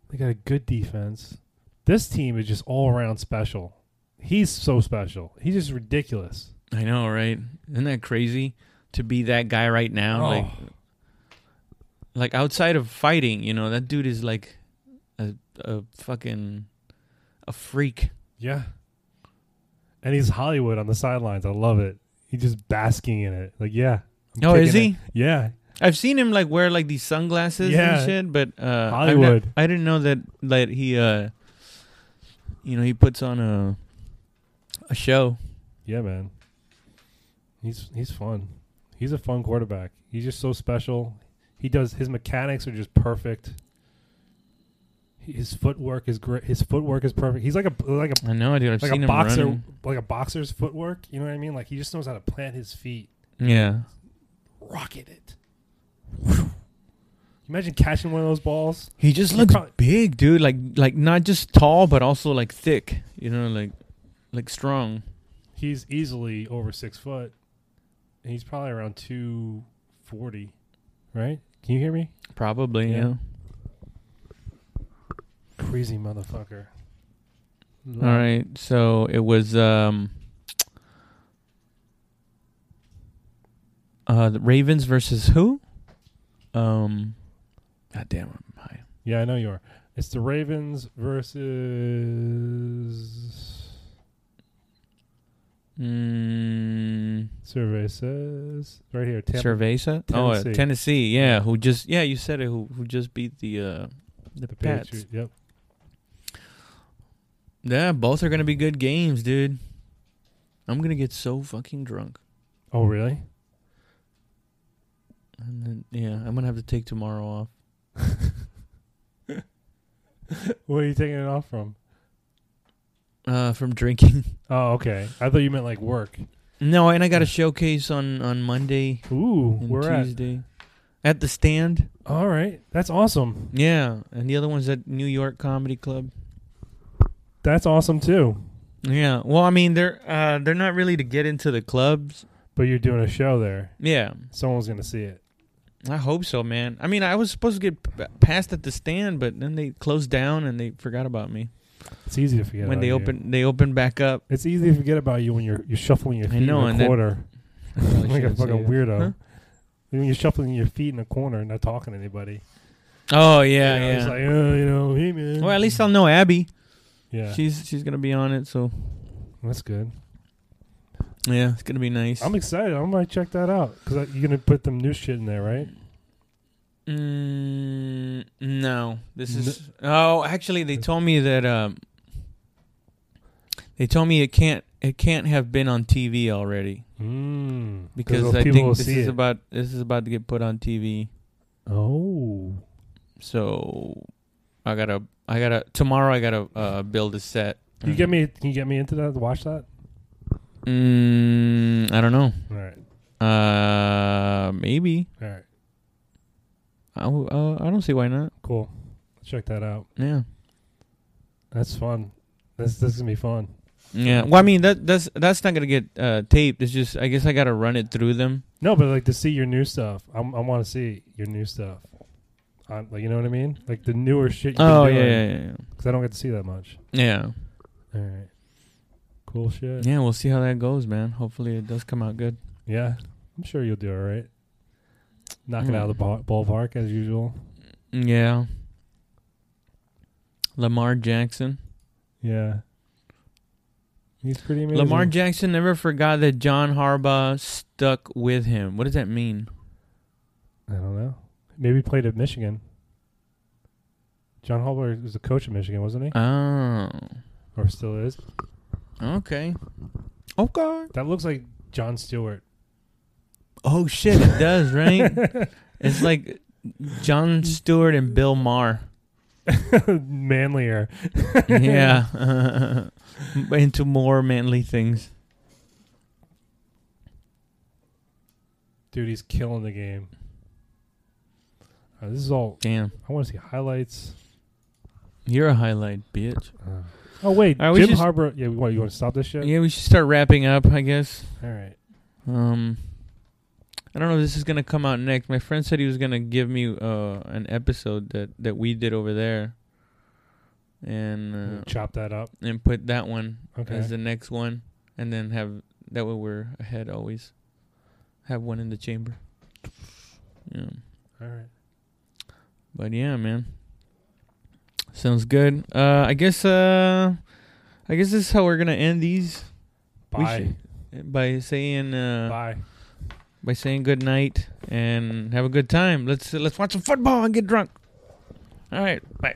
They got a good defense. This team is just all around special. He's so special. He's just ridiculous.
I know, right? Isn't that crazy to be that guy right now?
Oh.
Like, like outside of fighting, you know, that dude is like a a fucking a freak.
Yeah. And he's Hollywood on the sidelines. I love it. He's just basking in it. Like, yeah. I'm
Oh,
kicking
is
it.
he?
Yeah.
I've seen him like wear like these sunglasses
Yeah.
and shit, but uh, I've not-
Hollywood.
I didn't know that that he, uh, you know, he puts on a a show.
Yeah, man. He's he's fun. He's a fun quarterback. He's just so special. He does his mechanics are just perfect. His footwork is great. His footwork is perfect. He's like a like a
I know, dude. I've
like
seen
a
him
boxer
running.
like a boxer's footwork. You know what I mean? Like he just knows how to plant his feet,
Yeah.
rocket it. Imagine catching one of those balls.
He just
He
looks
prob-
big, dude. Like like not just tall, but also like thick. You know, like like strong.
He's easily over six foot. And he's probably around two forty, right? Can you hear me?
Probably,
Yeah.
yeah.
Crazy motherfucker.
All right. So it was um uh the Ravens versus who? Um God damn I'm high.
Yeah, I know you are. It's the Ravens versus.
Mm,
Survey says right here. Tampa.
Cerveza? Oh, uh,
Tennessee.
Tennessee. Yeah, who just yeah, you said it who who just beat the uh the,
the
Pats.
Patriots. Yep.
Yeah, both are gonna be good games, dude. I'm gonna get so fucking drunk.
Oh, really?
And then, yeah, I'm gonna have to take tomorrow off.
Where are you taking it off from?
Uh, from drinking.
Oh, okay. I thought you meant like work.
no, and I got a showcase on on Monday
Ooh,
and
we're at.
Tuesday. At the stand.
All right, that's awesome.
Yeah. And the other one's at New York Comedy Club.
That's awesome too.
Yeah. Well, I mean they're uh they're not really to get into the clubs.
But you're doing a show there.
Yeah.
Someone's gonna see it.
I hope so, man. I mean, I was supposed to get p- passed at the stand, but then they closed down and they forgot about me.
It's easy to forget
when
about
they
you.
open they opened back up.
It's easy to forget about you when you're you're shuffling your
I
feet
know,
in
and
a
that-
corner
I really
like a
shouldn't say
fucking
that.
weirdo.
Huh?
When you're shuffling your feet in a corner and not talking to anybody.
Oh yeah,
you know,
yeah.
It's like oh, you know, hey man.
well, at least I'll know Abby.
yeah,
She's she's gonna be on it, so
that's good.
yeah, it's gonna be nice.
I'm excited. I might check that out because you're gonna put them new shit in there, right?
Mm, no, this
No.
is. Oh, actually, they told me that. Um, they told me it can't. It can't have been on TV already
Mm,
because
those
I
people will
think this
see
is
it.
about. This is about to get put on TV.
Oh,
So, I gotta. I gotta. Tomorrow, I gotta uh, build a set.
Can you get me? Can you get me into that? to Watch that.
Mm, I don't know.
All right,
Uh, maybe.
all right,
I. w- Uh, I don't see why not.
cool. Check that out.
Yeah.
That's fun. This this is gonna be fun.
Yeah. Well, I mean that that's that's not gonna get uh, taped. It's just I guess I gotta run it through them.
No, but like to see your new stuff. I'm, I want to see your new stuff. i like you know what I mean? Like the newer shit. You've
Oh
been
yeah,
doing,
yeah, yeah,
Because I don't get to see that much.
yeah.
All right. Cool
Yeah.
shit.
Yeah, We'll see how that goes, man. Hopefully, it does come out good.
Yeah, I'm sure you'll do all right. Knock it
Mm.
out of the ball- ballpark as usual.
Yeah. Lamar Jackson.
Yeah. He's pretty amazing.
Lamar Jackson never forgot that John Harbaugh stuck with him. What does that mean?
I don't know. Maybe he played at Michigan. John Harbaugh was the coach of Michigan, wasn't he?
Oh,
Or still is.
okay, okay.
That looks like John Stewart.
Oh shit, it does, right? it's like John Stewart and Bill Maher.
Manlier.
yeah, into more manly things.
Dude, he's killing the game. Uh, this is all.
Damn,
I want to see highlights.
you're a highlight, bitch.
Uh, oh, wait.
All right, we
Jim
should-
Harbaugh. Yeah, what, you want to stop this shit?
Yeah, we should start wrapping up, I guess.
All right.
Um, I don't know if this is gonna come out next. My friend said he was gonna give me uh an episode that that we did over there, and uh,
Chop that up.
and put that one
Okay.
as the next one, and then have that way we're ahead always. Have one in the chamber. Yeah,
All right.
but yeah, man. Sounds good. Uh, I guess uh, I guess this is how we're gonna end these We
Bye.
by saying uh,
Bye.
by saying good night and have a good time. Let's let's watch some football and get drunk. All right, bye.